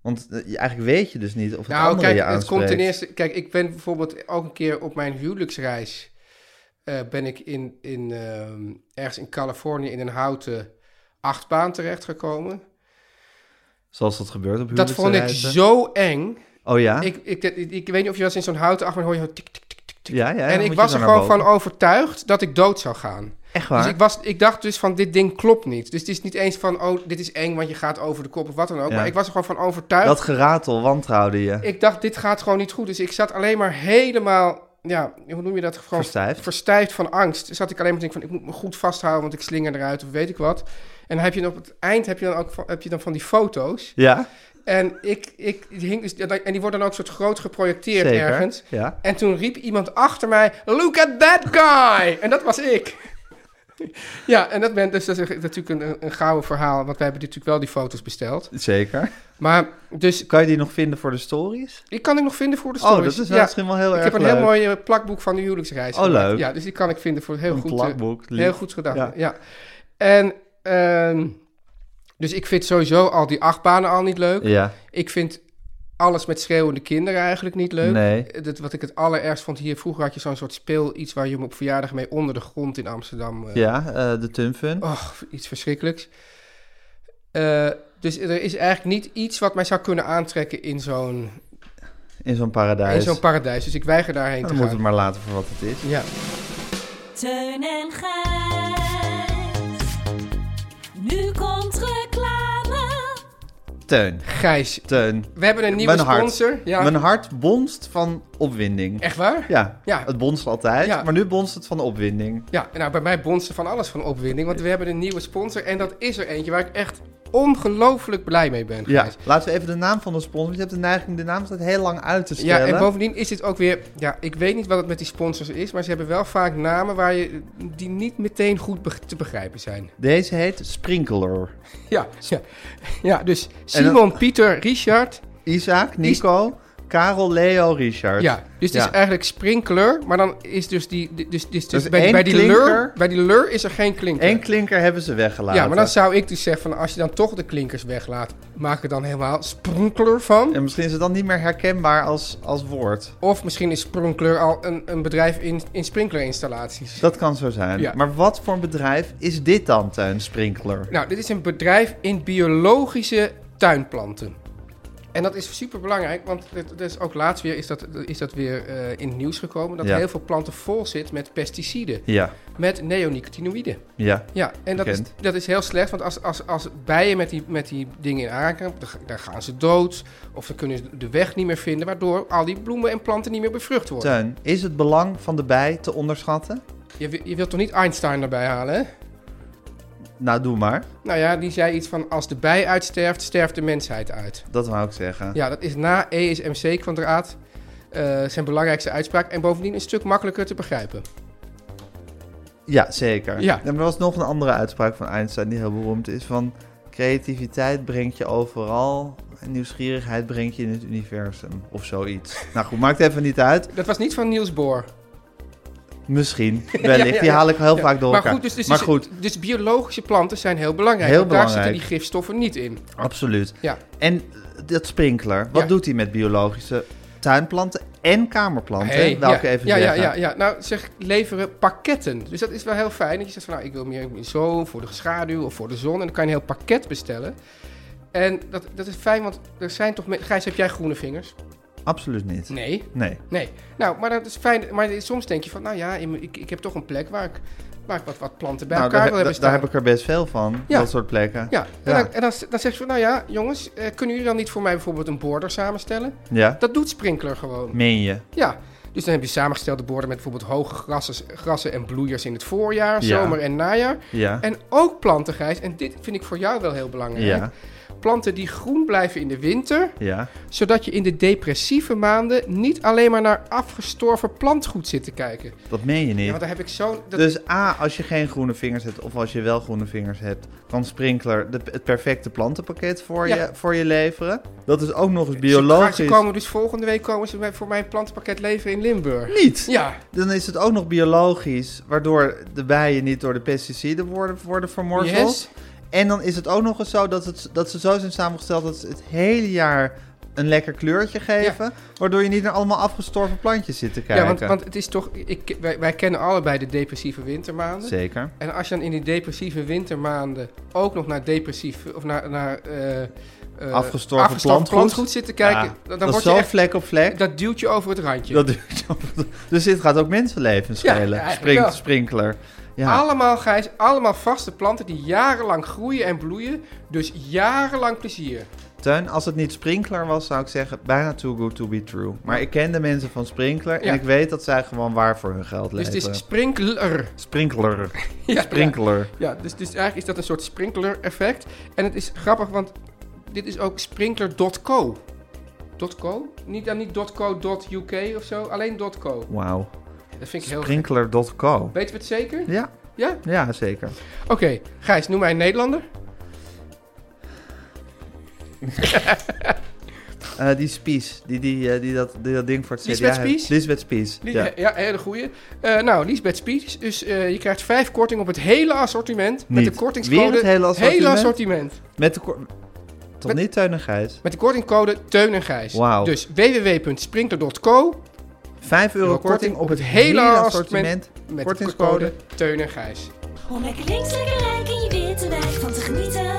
Speaker 1: Want eh, je- eigenlijk weet je dus niet of het
Speaker 2: Nou,
Speaker 1: andere
Speaker 2: kijk,
Speaker 1: je
Speaker 2: het
Speaker 1: aanspreekt.
Speaker 2: komt ten eerste. Kijk, ik ben bijvoorbeeld ook een keer op mijn huwelijksreis. eh, ben ik in, in, ehm, ergens in Californië in een houten achtbaan terechtgekomen.
Speaker 1: Zoals dat gebeurt op
Speaker 2: Dat vond ik
Speaker 1: huwelijksreizen.
Speaker 2: zo eng.
Speaker 1: Oh ja?
Speaker 2: Ik, ik, ik, ik weet niet of je wel eens in zo'n houten achtbaan hoor je tik, tik, tik, tik, tik.
Speaker 1: Ja, ja, dan
Speaker 2: en
Speaker 1: moet
Speaker 2: ik
Speaker 1: je
Speaker 2: was
Speaker 1: zo
Speaker 2: er
Speaker 1: naar
Speaker 2: gewoon van
Speaker 1: boven.
Speaker 2: overtuigd dat ik dood zou gaan.
Speaker 1: Echt waar?
Speaker 2: Dus ik, was, ik dacht dus van, dit ding klopt niet. Dus het is niet eens van, oh, dit is eng, want je gaat over de kop of wat dan ook.
Speaker 1: Ja.
Speaker 2: Maar ik was er gewoon van overtuigd.
Speaker 1: Dat geratel wantrouwde je.
Speaker 2: Ik dacht, dit gaat gewoon niet goed. Dus ik zat alleen maar helemaal, ja, hoe noem je dat? Gewoon
Speaker 1: Verstijfd.
Speaker 2: verstijfd van angst. Dus Zat ik alleen maar te denken van, ik moet me goed vasthouden, want ik slinger eruit of weet ik wat. En dan heb je dan op het eind heb je dan ook van, heb je dan van die foto's.
Speaker 1: Ja,
Speaker 2: En, ik, ik, die hing dus, en die worden dan ook soort groot geprojecteerd
Speaker 1: zeker.
Speaker 2: ergens.
Speaker 1: Ja.
Speaker 2: En toen riep iemand achter mij, look at that guy! En dat was ik. ja, en dat, ben, dus dat is natuurlijk een- een, een gouden verhaal, want wij hebben natuurlijk wel die foto's besteld.
Speaker 1: Zeker.
Speaker 2: Maar dus
Speaker 1: Kan je die nog vinden voor de stories?
Speaker 2: die kan ik nog vinden voor de
Speaker 1: Oh,
Speaker 2: stories.
Speaker 1: dat is wel
Speaker 2: Ja.
Speaker 1: misschien wel heel
Speaker 2: ik
Speaker 1: erg
Speaker 2: heb een
Speaker 1: leuk.
Speaker 2: heel mooi eh, plakboek van de huwelijksreis.
Speaker 1: Oh,
Speaker 2: gemaakt.
Speaker 1: leuk.
Speaker 2: Ja, dus die kan ik vinden voor heel
Speaker 1: Een
Speaker 2: goed. eh,
Speaker 1: plakboek, lief.
Speaker 2: heel goed gedaan.
Speaker 1: Ja.
Speaker 2: Ja. En ehm, dus ik vind sowieso al die achtbanen al niet leuk.
Speaker 1: Ja.
Speaker 2: Ik vind alles met schreeuwende kinderen eigenlijk niet leuk.
Speaker 1: Nee.
Speaker 2: Eh, Dat, wat ik het allerergst vond hier vroeger had je zo'n soort speel iets waar je hem op verjaardag mee onder de grond in Amsterdam. eh,
Speaker 1: Ja, eh, de Tunfun.
Speaker 2: Och, iets verschrikkelijks. Eh, dus er is eigenlijk niet iets wat mij zou kunnen aantrekken in zo'n
Speaker 1: In zo'n paradijs.
Speaker 2: in zo'n paradijs. Dus ik weiger daarheen
Speaker 1: Nou,
Speaker 2: te
Speaker 1: dan moeten we
Speaker 2: gaan.
Speaker 1: het maar laten voor wat het is.
Speaker 2: Ja.
Speaker 5: Teun en Gijs. Nu komt reclame.
Speaker 1: Teun.
Speaker 2: Gijs,
Speaker 1: Teun.
Speaker 2: we hebben een nieuwe
Speaker 1: Mijn hart.
Speaker 2: sponsor. Ja.
Speaker 1: Mijn hart bonst van opwinding.
Speaker 2: Echt waar?
Speaker 1: Ja,
Speaker 2: Ja.
Speaker 1: het bonst altijd,
Speaker 2: Ja.
Speaker 1: maar nu bonst het van de opwinding.
Speaker 2: Ja, nou bij mij bonst er van alles van opwinding, want we hebben een nieuwe sponsor en dat is er eentje waar ik echt ongelooflijk blij mee ben.
Speaker 1: Ja,
Speaker 2: Gijs.
Speaker 1: laten we even de naam van de sponsor, want je hebt de neiging de naam staat heel lang uit te
Speaker 2: Ja,
Speaker 1: stellen.
Speaker 2: en bovendien is dit ook weer, ja, ik weet niet wat het met die sponsors is, maar ze hebben wel vaak namen waar je, die niet meteen goed beg- te begrijpen zijn.
Speaker 1: Deze heet Sprinkler.
Speaker 2: Ja, ja. ja dus
Speaker 1: En dan-
Speaker 2: Simon, Pieter, Richard.
Speaker 1: Isaac, Nico, Karel, Leo, Richard.
Speaker 2: Ja, dus het
Speaker 1: Ja.
Speaker 2: is eigenlijk sprinkler, maar dan is dus die, dus, dus, dus,
Speaker 1: Dus
Speaker 2: bij,
Speaker 1: één
Speaker 2: bij die
Speaker 1: klinker.
Speaker 2: leur, bij die leur is er geen klinker.
Speaker 1: Eén klinker hebben ze weggelaten.
Speaker 2: Ja, maar dan zou ik dus zeggen van als je dan toch de klinkers weglaat, maak er dan helemaal spronkler van.
Speaker 1: En misschien is het dan niet meer herkenbaar als, als woord.
Speaker 2: Of misschien is spronkler al een, een bedrijf in, in sprinklerinstallaties.
Speaker 1: Dat kan zo zijn.
Speaker 2: Ja.
Speaker 1: Maar wat voor een bedrijf is dit dan, Tuin Sprinkler?
Speaker 2: Nou, dit is een bedrijf in biologische tuinplanten. En dat is super belangrijk, want het, het is ook laatst weer is dat, is dat weer eh, in het nieuws gekomen dat
Speaker 1: Ja.
Speaker 2: heel veel planten vol zit met pesticiden,
Speaker 1: Ja,
Speaker 2: met neonicotinoïden.
Speaker 1: ja.
Speaker 2: Ja, en dat is,
Speaker 1: Bekend.
Speaker 2: dat is heel slecht, want als, als, als bijen met die, met die dingen in aankomen, dan, dan gaan ze dood. Of ze kunnen de weg niet meer vinden, waardoor al die bloemen en planten niet meer bevrucht worden.
Speaker 1: Tuin, is het belang van de bij te onderschatten?
Speaker 2: Je, wi- je wilt toch niet Einstein erbij halen, hè?
Speaker 1: Nou, doe maar.
Speaker 2: Nou ja, die zei iets van, als de bij uitsterft, sterft de mensheid uit.
Speaker 1: Dat wou ik zeggen.
Speaker 2: Ja, dat is na ESMC-kwadraat eh, zijn belangrijkste uitspraak. En bovendien een stuk makkelijker te begrijpen.
Speaker 1: Ja, zeker.
Speaker 4: Ja.
Speaker 1: En er was nog een andere uitspraak van Einstein die heel beroemd is. Van creativiteit brengt je overal en nieuwsgierigheid brengt je in het universum. Of zoiets. nou goed, maakt even niet uit.
Speaker 2: Dat was niet van Niels Bohr.
Speaker 1: Misschien, wellicht.
Speaker 2: ja,
Speaker 1: Die
Speaker 2: ja.
Speaker 1: haal ik heel
Speaker 2: Ja.
Speaker 1: vaak door
Speaker 2: maar
Speaker 1: elkaar.
Speaker 2: Goed, dus, dus,
Speaker 1: maar
Speaker 2: dus-
Speaker 1: goed,
Speaker 2: dus biologische planten zijn heel belangrijk.
Speaker 1: Heel
Speaker 2: want Daar
Speaker 1: belangrijk.
Speaker 2: zitten die gifstoffen niet in.
Speaker 1: absoluut.
Speaker 2: Ja.
Speaker 1: En eh, dat sprinkler, wat
Speaker 2: Ja.
Speaker 1: doet hij met biologische tuinplanten en kamerplanten?
Speaker 2: Hey,
Speaker 1: welke
Speaker 2: ja,
Speaker 1: even
Speaker 2: ja, ja,
Speaker 1: zeggen.
Speaker 2: ja, ja. Nou, zeg leveren pakketten. Dus dat is wel heel fijn. Dat je zegt van nou, ik wil meer zo voor de schaduw of voor de zon. En dan kan je een heel pakket bestellen. En dat, dat is fijn, want er zijn toch... me- Gijs, heb jij groene vingers?
Speaker 1: Absoluut niet.
Speaker 2: Nee.
Speaker 1: Nee.
Speaker 2: Nee. Nou, maar dat is fijn. Maar soms denk je van, nou ja, in mijn- ik, ik heb toch een plek waar ik, waar ik wat, wat planten bij
Speaker 1: Nou,
Speaker 2: elkaar
Speaker 1: daar,
Speaker 2: wil hebben
Speaker 1: daar,
Speaker 2: staan.
Speaker 1: daar heb ik er best veel van,
Speaker 2: Ja.
Speaker 1: dat soort plekken.
Speaker 2: Ja, en,
Speaker 1: Ja.
Speaker 2: Dan, en dan, dan zeg je van, nou ja, jongens, eh, kunnen jullie dan niet voor mij bijvoorbeeld een border samenstellen?
Speaker 1: Ja.
Speaker 2: Dat doet Sprinkler gewoon.
Speaker 1: Meen je?
Speaker 2: Ja, dus dan heb je samengestelde borden met bijvoorbeeld hoge grassen, grassen en bloeiers in het voorjaar,
Speaker 1: Ja.
Speaker 2: zomer en najaar.
Speaker 1: Ja.
Speaker 2: En ook planten, Gijs, en dit vind ik voor jou wel heel belangrijk.
Speaker 1: Ja.
Speaker 2: Planten die groen blijven in de winter,
Speaker 1: Ja.
Speaker 2: zodat je in de depressieve maanden niet alleen maar naar afgestorven plantgoed zit te kijken.
Speaker 1: Dat meen je niet.
Speaker 2: Ja, want daar heb ik zo'n... dat-
Speaker 1: Dus A, als je geen groene vingers hebt of als je wel groene vingers hebt, kan Sprinkler de, het perfecte plantenpakket voor,
Speaker 2: Ja.
Speaker 1: je, voor je leveren. Dat is ook nog eens
Speaker 2: ze-
Speaker 1: biologisch.
Speaker 2: Ze komen dus volgende week komen ze mij- voor mijn plantenpakket leveren in Limburg.
Speaker 1: Niet!
Speaker 2: Ja,
Speaker 1: Dan is het ook nog biologisch, waardoor de bijen niet door de pesticiden worden, worden vermorzeld.
Speaker 2: Yes.
Speaker 1: En dan is het ook nog eens zo dat, het, dat ze zo zijn samengesteld dat ze het hele jaar een lekker kleurtje geven. Waardoor je niet naar allemaal afgestorven plantjes zit te kijken.
Speaker 2: ja want, want het is toch... Ik, wij, wij kennen allebei de depressieve wintermaanden.
Speaker 1: Zeker.
Speaker 2: En als je dan in die depressieve wintermaanden ook nog naar depressief of naar, naar eh, eh,
Speaker 1: Afgestorven plantgoed.
Speaker 2: zit te kijken,
Speaker 1: Ja, dat
Speaker 2: dan, dan
Speaker 1: is
Speaker 2: word je
Speaker 1: zo
Speaker 2: echt,
Speaker 1: vlek op vlek.
Speaker 2: dat duwt je over het randje.
Speaker 1: Dat duurt zo- dus dit gaat ook mensenlevens
Speaker 2: Ja,
Speaker 1: schelen.
Speaker 2: eigenlijk
Speaker 1: Sprink-
Speaker 2: wel.
Speaker 1: sprinkler. Ja.
Speaker 2: Allemaal Gijs, allemaal vaste planten die jarenlang groeien en bloeien, dus jarenlang plezier.
Speaker 1: Teun, als het niet sprinkler was, zou ik zeggen bijna too good to be true. Maar ik ken de mensen van sprinkler
Speaker 2: Ja.
Speaker 1: en ik weet dat zij gewoon waar voor hun geld
Speaker 2: Dus
Speaker 1: leven.
Speaker 2: het is sprinkler.
Speaker 1: sprinkler.
Speaker 2: Ja,
Speaker 1: Sprinkler.
Speaker 2: Ja, ja, dus, dus eigenlijk is dat een soort sprinkler effect. En het is grappig, want dit is ook sprinkler.co. Dot .co? Niet, dan niet .co, .uk of zo, alleen .co.
Speaker 1: Wauw.
Speaker 2: Dat vind ik heel gek.
Speaker 1: Sprinkler.co.
Speaker 2: Weten we het zeker?
Speaker 1: Ja,
Speaker 2: Ja?
Speaker 1: ja, zeker.
Speaker 2: Oké, Gijs, noem mij een Nederlander.
Speaker 1: Eh, die Spies, die, die, eh, die, dat, die dat ding voor het CDA
Speaker 2: Lisbeth
Speaker 1: heeft.
Speaker 2: Spies?
Speaker 1: Lisbeth Spies,
Speaker 2: Lie-
Speaker 1: ja.
Speaker 2: ja. hele goeie. Eh, nou, Lisbeth Spies. Dus eh, je krijgt vijf korting op het hele assortiment. Met
Speaker 1: Niet.
Speaker 2: de kortingscode...
Speaker 1: Weer het hele assortiment?
Speaker 2: Hele assortiment.
Speaker 1: Met de... kor- Toch
Speaker 2: Met-
Speaker 1: niet Teun en Gijs?
Speaker 2: Met de kortingscode Teun en Gijs.
Speaker 1: Wauw.
Speaker 2: Dus www.sprinkler.co
Speaker 1: 5 euro korting op het hele assortiment.
Speaker 2: Met
Speaker 1: Kortingscode.
Speaker 2: kortingscode Teun en Gijs.
Speaker 5: Om lekker links, lekker rijk in je witte wijk van te genieten.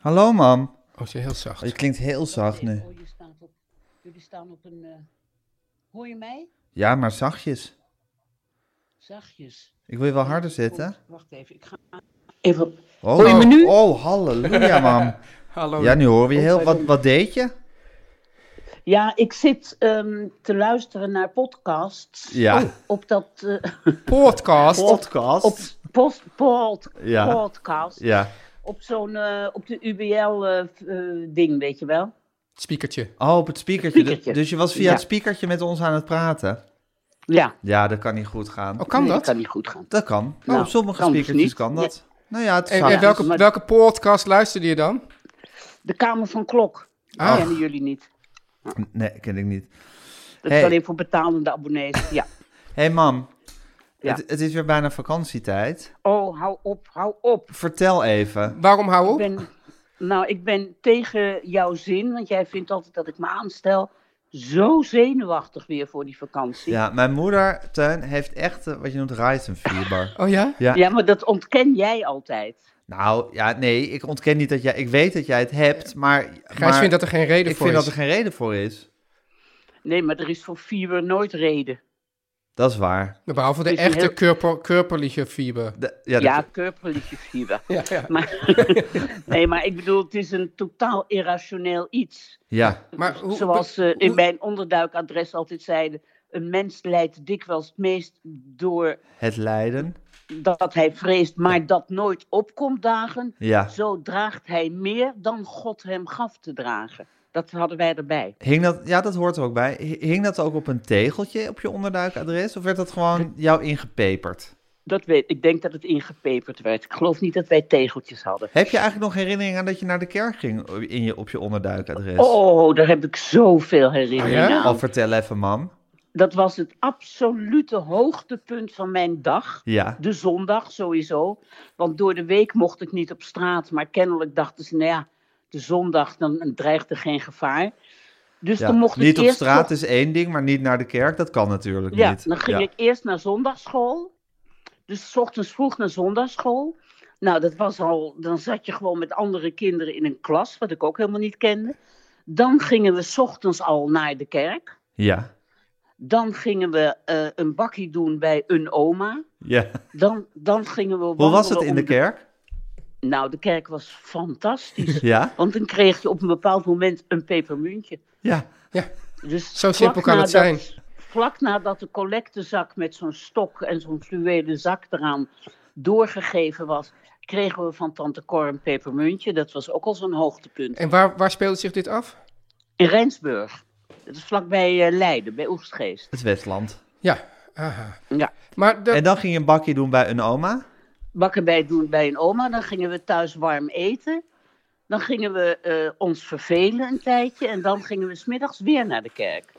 Speaker 1: Hallo mam.
Speaker 2: Oh, ze is heel zacht.
Speaker 1: Het klinkt heel zacht
Speaker 6: Nee,
Speaker 1: nu.
Speaker 6: hoor, jullie staan Oh, op, jullie staan op een. eh, hoor je mij?
Speaker 1: Ja, maar zachtjes.
Speaker 6: Zachtjes.
Speaker 1: Ik wil je wel harder zetten.
Speaker 6: Goed, Wacht even, ik ga. Even op.
Speaker 1: Oh,
Speaker 6: Hoor je me nu?
Speaker 1: Oh, halleluja, mam.
Speaker 2: Hallo.
Speaker 1: Ja, nu horen we je heel... Wat,
Speaker 6: pardon.
Speaker 1: wat deed je?
Speaker 6: Ja, ik zit ehm, te luisteren naar podcasts.
Speaker 1: Ja.
Speaker 6: Oh, op dat. eh,
Speaker 2: Podcast.
Speaker 1: Podcast.
Speaker 6: op post, pod,
Speaker 1: Ja.
Speaker 6: podcast.
Speaker 1: Ja.
Speaker 6: Op zo'n. eh, op de eh, UBL-ding, weet je wel.
Speaker 2: Speakertje.
Speaker 1: Oh, op het speakertje.
Speaker 6: Speakertje.
Speaker 1: Dus je was via
Speaker 6: Ja.
Speaker 1: het speakertje met ons aan het praten.
Speaker 6: Ja.
Speaker 1: Ja, dat kan niet goed gaan.
Speaker 2: Oh, kan
Speaker 6: Nee,
Speaker 2: dat?
Speaker 6: kan niet goed gaan.
Speaker 1: Dat kan. Oh,
Speaker 6: Nou,
Speaker 1: op sommige
Speaker 6: kan dus
Speaker 1: speakertjes
Speaker 6: niet.
Speaker 1: kan dat. Nou ja, het is
Speaker 2: En, en
Speaker 1: zacht.
Speaker 2: welke,
Speaker 6: maar-
Speaker 2: welke podcast luisterde je dan?
Speaker 6: De Kamer van Klok.
Speaker 2: Ah.
Speaker 6: Dat kennen jullie niet.
Speaker 1: Nee, ken ik niet.
Speaker 6: Dat
Speaker 1: Hey.
Speaker 6: is alleen voor betalende abonnees. Ja.
Speaker 1: Hé, hey, mam.
Speaker 6: Ja.
Speaker 1: Het, het is weer bijna vakantietijd.
Speaker 6: Oh, hou op, hou op.
Speaker 1: Vertel even.
Speaker 2: Waarom hou op?
Speaker 6: Ik ben, nou, ik ben tegen jouw zin, want jij vindt altijd dat ik me aanstel. Zo zenuwachtig weer voor die vakantie.
Speaker 1: Ja, mijn moeder, Teun, heeft echt eh, wat je noemt Reisenfieber.
Speaker 2: Oh ja?
Speaker 1: Ja.
Speaker 6: Ja, maar dat ontken jij altijd.
Speaker 1: Nou, ja, nee, ik ontken niet dat jij... Ik weet dat jij het hebt, maar...
Speaker 2: Eh, Gijs vindt dat er geen reden
Speaker 1: Ik
Speaker 2: voor
Speaker 1: vind dat
Speaker 2: is.
Speaker 1: er geen reden voor is.
Speaker 6: Nee, maar er is voor vier uur nooit reden.
Speaker 1: Dat is waar.
Speaker 2: Nou, Behalve de
Speaker 6: Het is een
Speaker 2: echte
Speaker 6: heel-
Speaker 2: körper, körperliche fieber.
Speaker 1: De- ja,
Speaker 6: Ja,
Speaker 1: dat-
Speaker 6: körperliche fieber.
Speaker 2: Ja, ja.
Speaker 6: Maar, nee, maar ik bedoel, het is een totaal irrationeel iets.
Speaker 1: ja.
Speaker 2: Maar hoe,
Speaker 6: Zoals ze in
Speaker 2: hoe-
Speaker 6: mijn onderduikadres altijd zeiden... een mens lijdt dikwijls het meest door
Speaker 1: het lijden.
Speaker 6: dat hij vreest... maar dat nooit opkomt dagen.
Speaker 1: Ja.
Speaker 6: Zo draagt hij meer dan God hem gaf te dragen. Dat hadden wij erbij.
Speaker 1: Hing dat, ja, dat hoort er ook bij. H- Hing dat ook op een tegeltje op je onderduikadres? Of werd dat gewoon
Speaker 2: Hm.
Speaker 1: jou ingepeperd?
Speaker 6: Dat weet, ik denk dat het ingepeperd werd. Ik geloof niet dat wij tegeltjes hadden.
Speaker 1: Heb je eigenlijk nog herinnering aan dat je naar de kerk ging eh, in je, op je onderduikadres?
Speaker 6: Oh, daar heb ik zoveel herinneringen
Speaker 2: Oh ja?
Speaker 6: aan.
Speaker 1: Al vertel even, mam.
Speaker 6: Dat was het absolute hoogtepunt van mijn dag.
Speaker 1: Ja.
Speaker 6: De zondag sowieso. Want door de week mocht ik niet op straat. Maar kennelijk dachten ze, nou ja, de zondag, dan dreigt er geen gevaar. Dus
Speaker 1: ja.
Speaker 6: dan mocht ik
Speaker 1: Niet op
Speaker 6: eerst
Speaker 1: straat
Speaker 6: nog-
Speaker 1: is één ding, maar niet naar de kerk, dat kan natuurlijk
Speaker 6: Ja,
Speaker 1: niet.
Speaker 6: dan ging
Speaker 1: Ja.
Speaker 6: ik eerst naar zondagschool. Dus 's ochtends vroeg naar zondagschool. Nou, dat was al, dan zat je gewoon met andere kinderen in een klas, wat ik ook helemaal niet kende. Dan gingen we 's ochtends al naar de kerk.
Speaker 1: Ja.
Speaker 6: Dan gingen we eh, een bakkie doen bij een oma.
Speaker 1: ja.
Speaker 6: Dan, dan gingen we
Speaker 1: Hoe was
Speaker 6: wandelen
Speaker 1: het in
Speaker 6: om
Speaker 1: de kerk?
Speaker 6: Nou, de kerk was fantastisch.
Speaker 1: Ja.
Speaker 6: Want dan kreeg je op een bepaald moment een pepermuntje.
Speaker 1: Ja.
Speaker 6: Dus
Speaker 2: Zo
Speaker 6: vlak
Speaker 2: simpel kan het
Speaker 6: nadat- Vlak nadat de collectezak met zo'n stok en zo'n fluwelen zak eraan doorgegeven was, kregen we van tante Cor een pepermuntje. Dat was ook al zo'n hoogtepunt.
Speaker 2: En waar, waar speelde zich dit af?
Speaker 6: In Rijnsburg. Dat is vlakbij eh, Leiden, bij Oegstgeest.
Speaker 1: Het Westland.
Speaker 2: Ja, aha.
Speaker 6: Ja.
Speaker 2: Maar dat-
Speaker 1: En dan ging je een bakje doen bij een oma?
Speaker 6: bakken bij doen bij een oma. Dan gingen we thuis warm eten. Dan gingen we eh, ons vervelen een tijdje. En dan gingen we smiddags weer naar de kerk.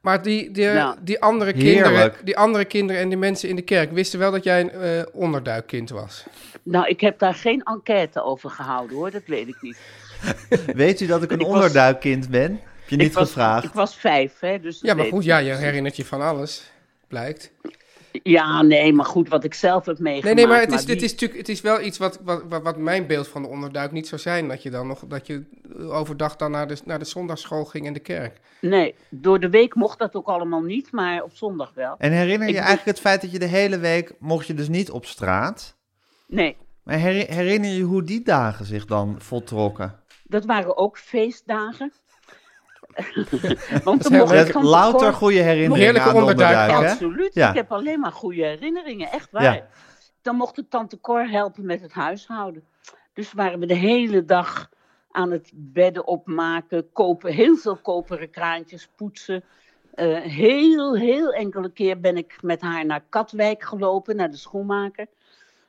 Speaker 2: maar die, die,
Speaker 6: Ja.
Speaker 2: die, andere
Speaker 1: Heerlijk.
Speaker 2: kinderen, die andere kinderen en die mensen in de kerk wisten wel dat jij een eh, onderduikkind was.
Speaker 6: Nou, ik heb daar geen enquête over gehouden hoor, dat weet ik niet.
Speaker 1: Weet u dat ik een
Speaker 6: Ik was-
Speaker 1: onderduikkind ben? Heb je niet
Speaker 6: ik was,
Speaker 1: gevraagd?
Speaker 6: Ik was vijf, hè, dus. dat
Speaker 2: Ja, maar
Speaker 6: weet
Speaker 2: goed,
Speaker 6: ik
Speaker 2: ja,
Speaker 6: niet.
Speaker 2: je herinnert je van alles, blijkt.
Speaker 6: Ja, nee, maar goed, wat ik zelf heb meegemaakt.
Speaker 2: Nee, nee, maar het is,
Speaker 6: wie-
Speaker 2: dit is natuurlijk, het is wel iets wat, wat, wat, wat mijn beeld van de onderduik niet zou zijn. Dat je dan nog, dat je overdag dan naar de, naar de zondagschool ging en de kerk.
Speaker 6: Nee, door de week mocht dat ook allemaal niet, maar op zondag wel.
Speaker 1: En herinner je
Speaker 6: Ik-
Speaker 1: eigenlijk het feit dat je de hele week mocht je dus niet op straat?
Speaker 6: Nee,
Speaker 1: Maar her- herinner je hoe die dagen zich dan voltrokken?
Speaker 6: dat waren ook feestdagen.
Speaker 2: heel
Speaker 6: Want dan mocht
Speaker 2: leuk.
Speaker 6: ik
Speaker 1: Met
Speaker 6: van
Speaker 1: lauter
Speaker 6: tevoren-
Speaker 1: goede herinneringen
Speaker 2: Heerlijke
Speaker 1: aan de
Speaker 2: onderduik
Speaker 1: onderduik, hè?
Speaker 6: Absoluut,
Speaker 1: Ja.
Speaker 6: ik heb alleen maar goede herinneringen, echt waar.
Speaker 1: Ja.
Speaker 6: Dan mocht ik tante Cor helpen met het huishouden. Dus waren we de hele dag aan het bedden opmaken, kopen, heel veel koperen kraantjes poetsen. Eh, heel, heel enkele keer ben ik met haar naar Katwijk gelopen, naar de schoenmaker.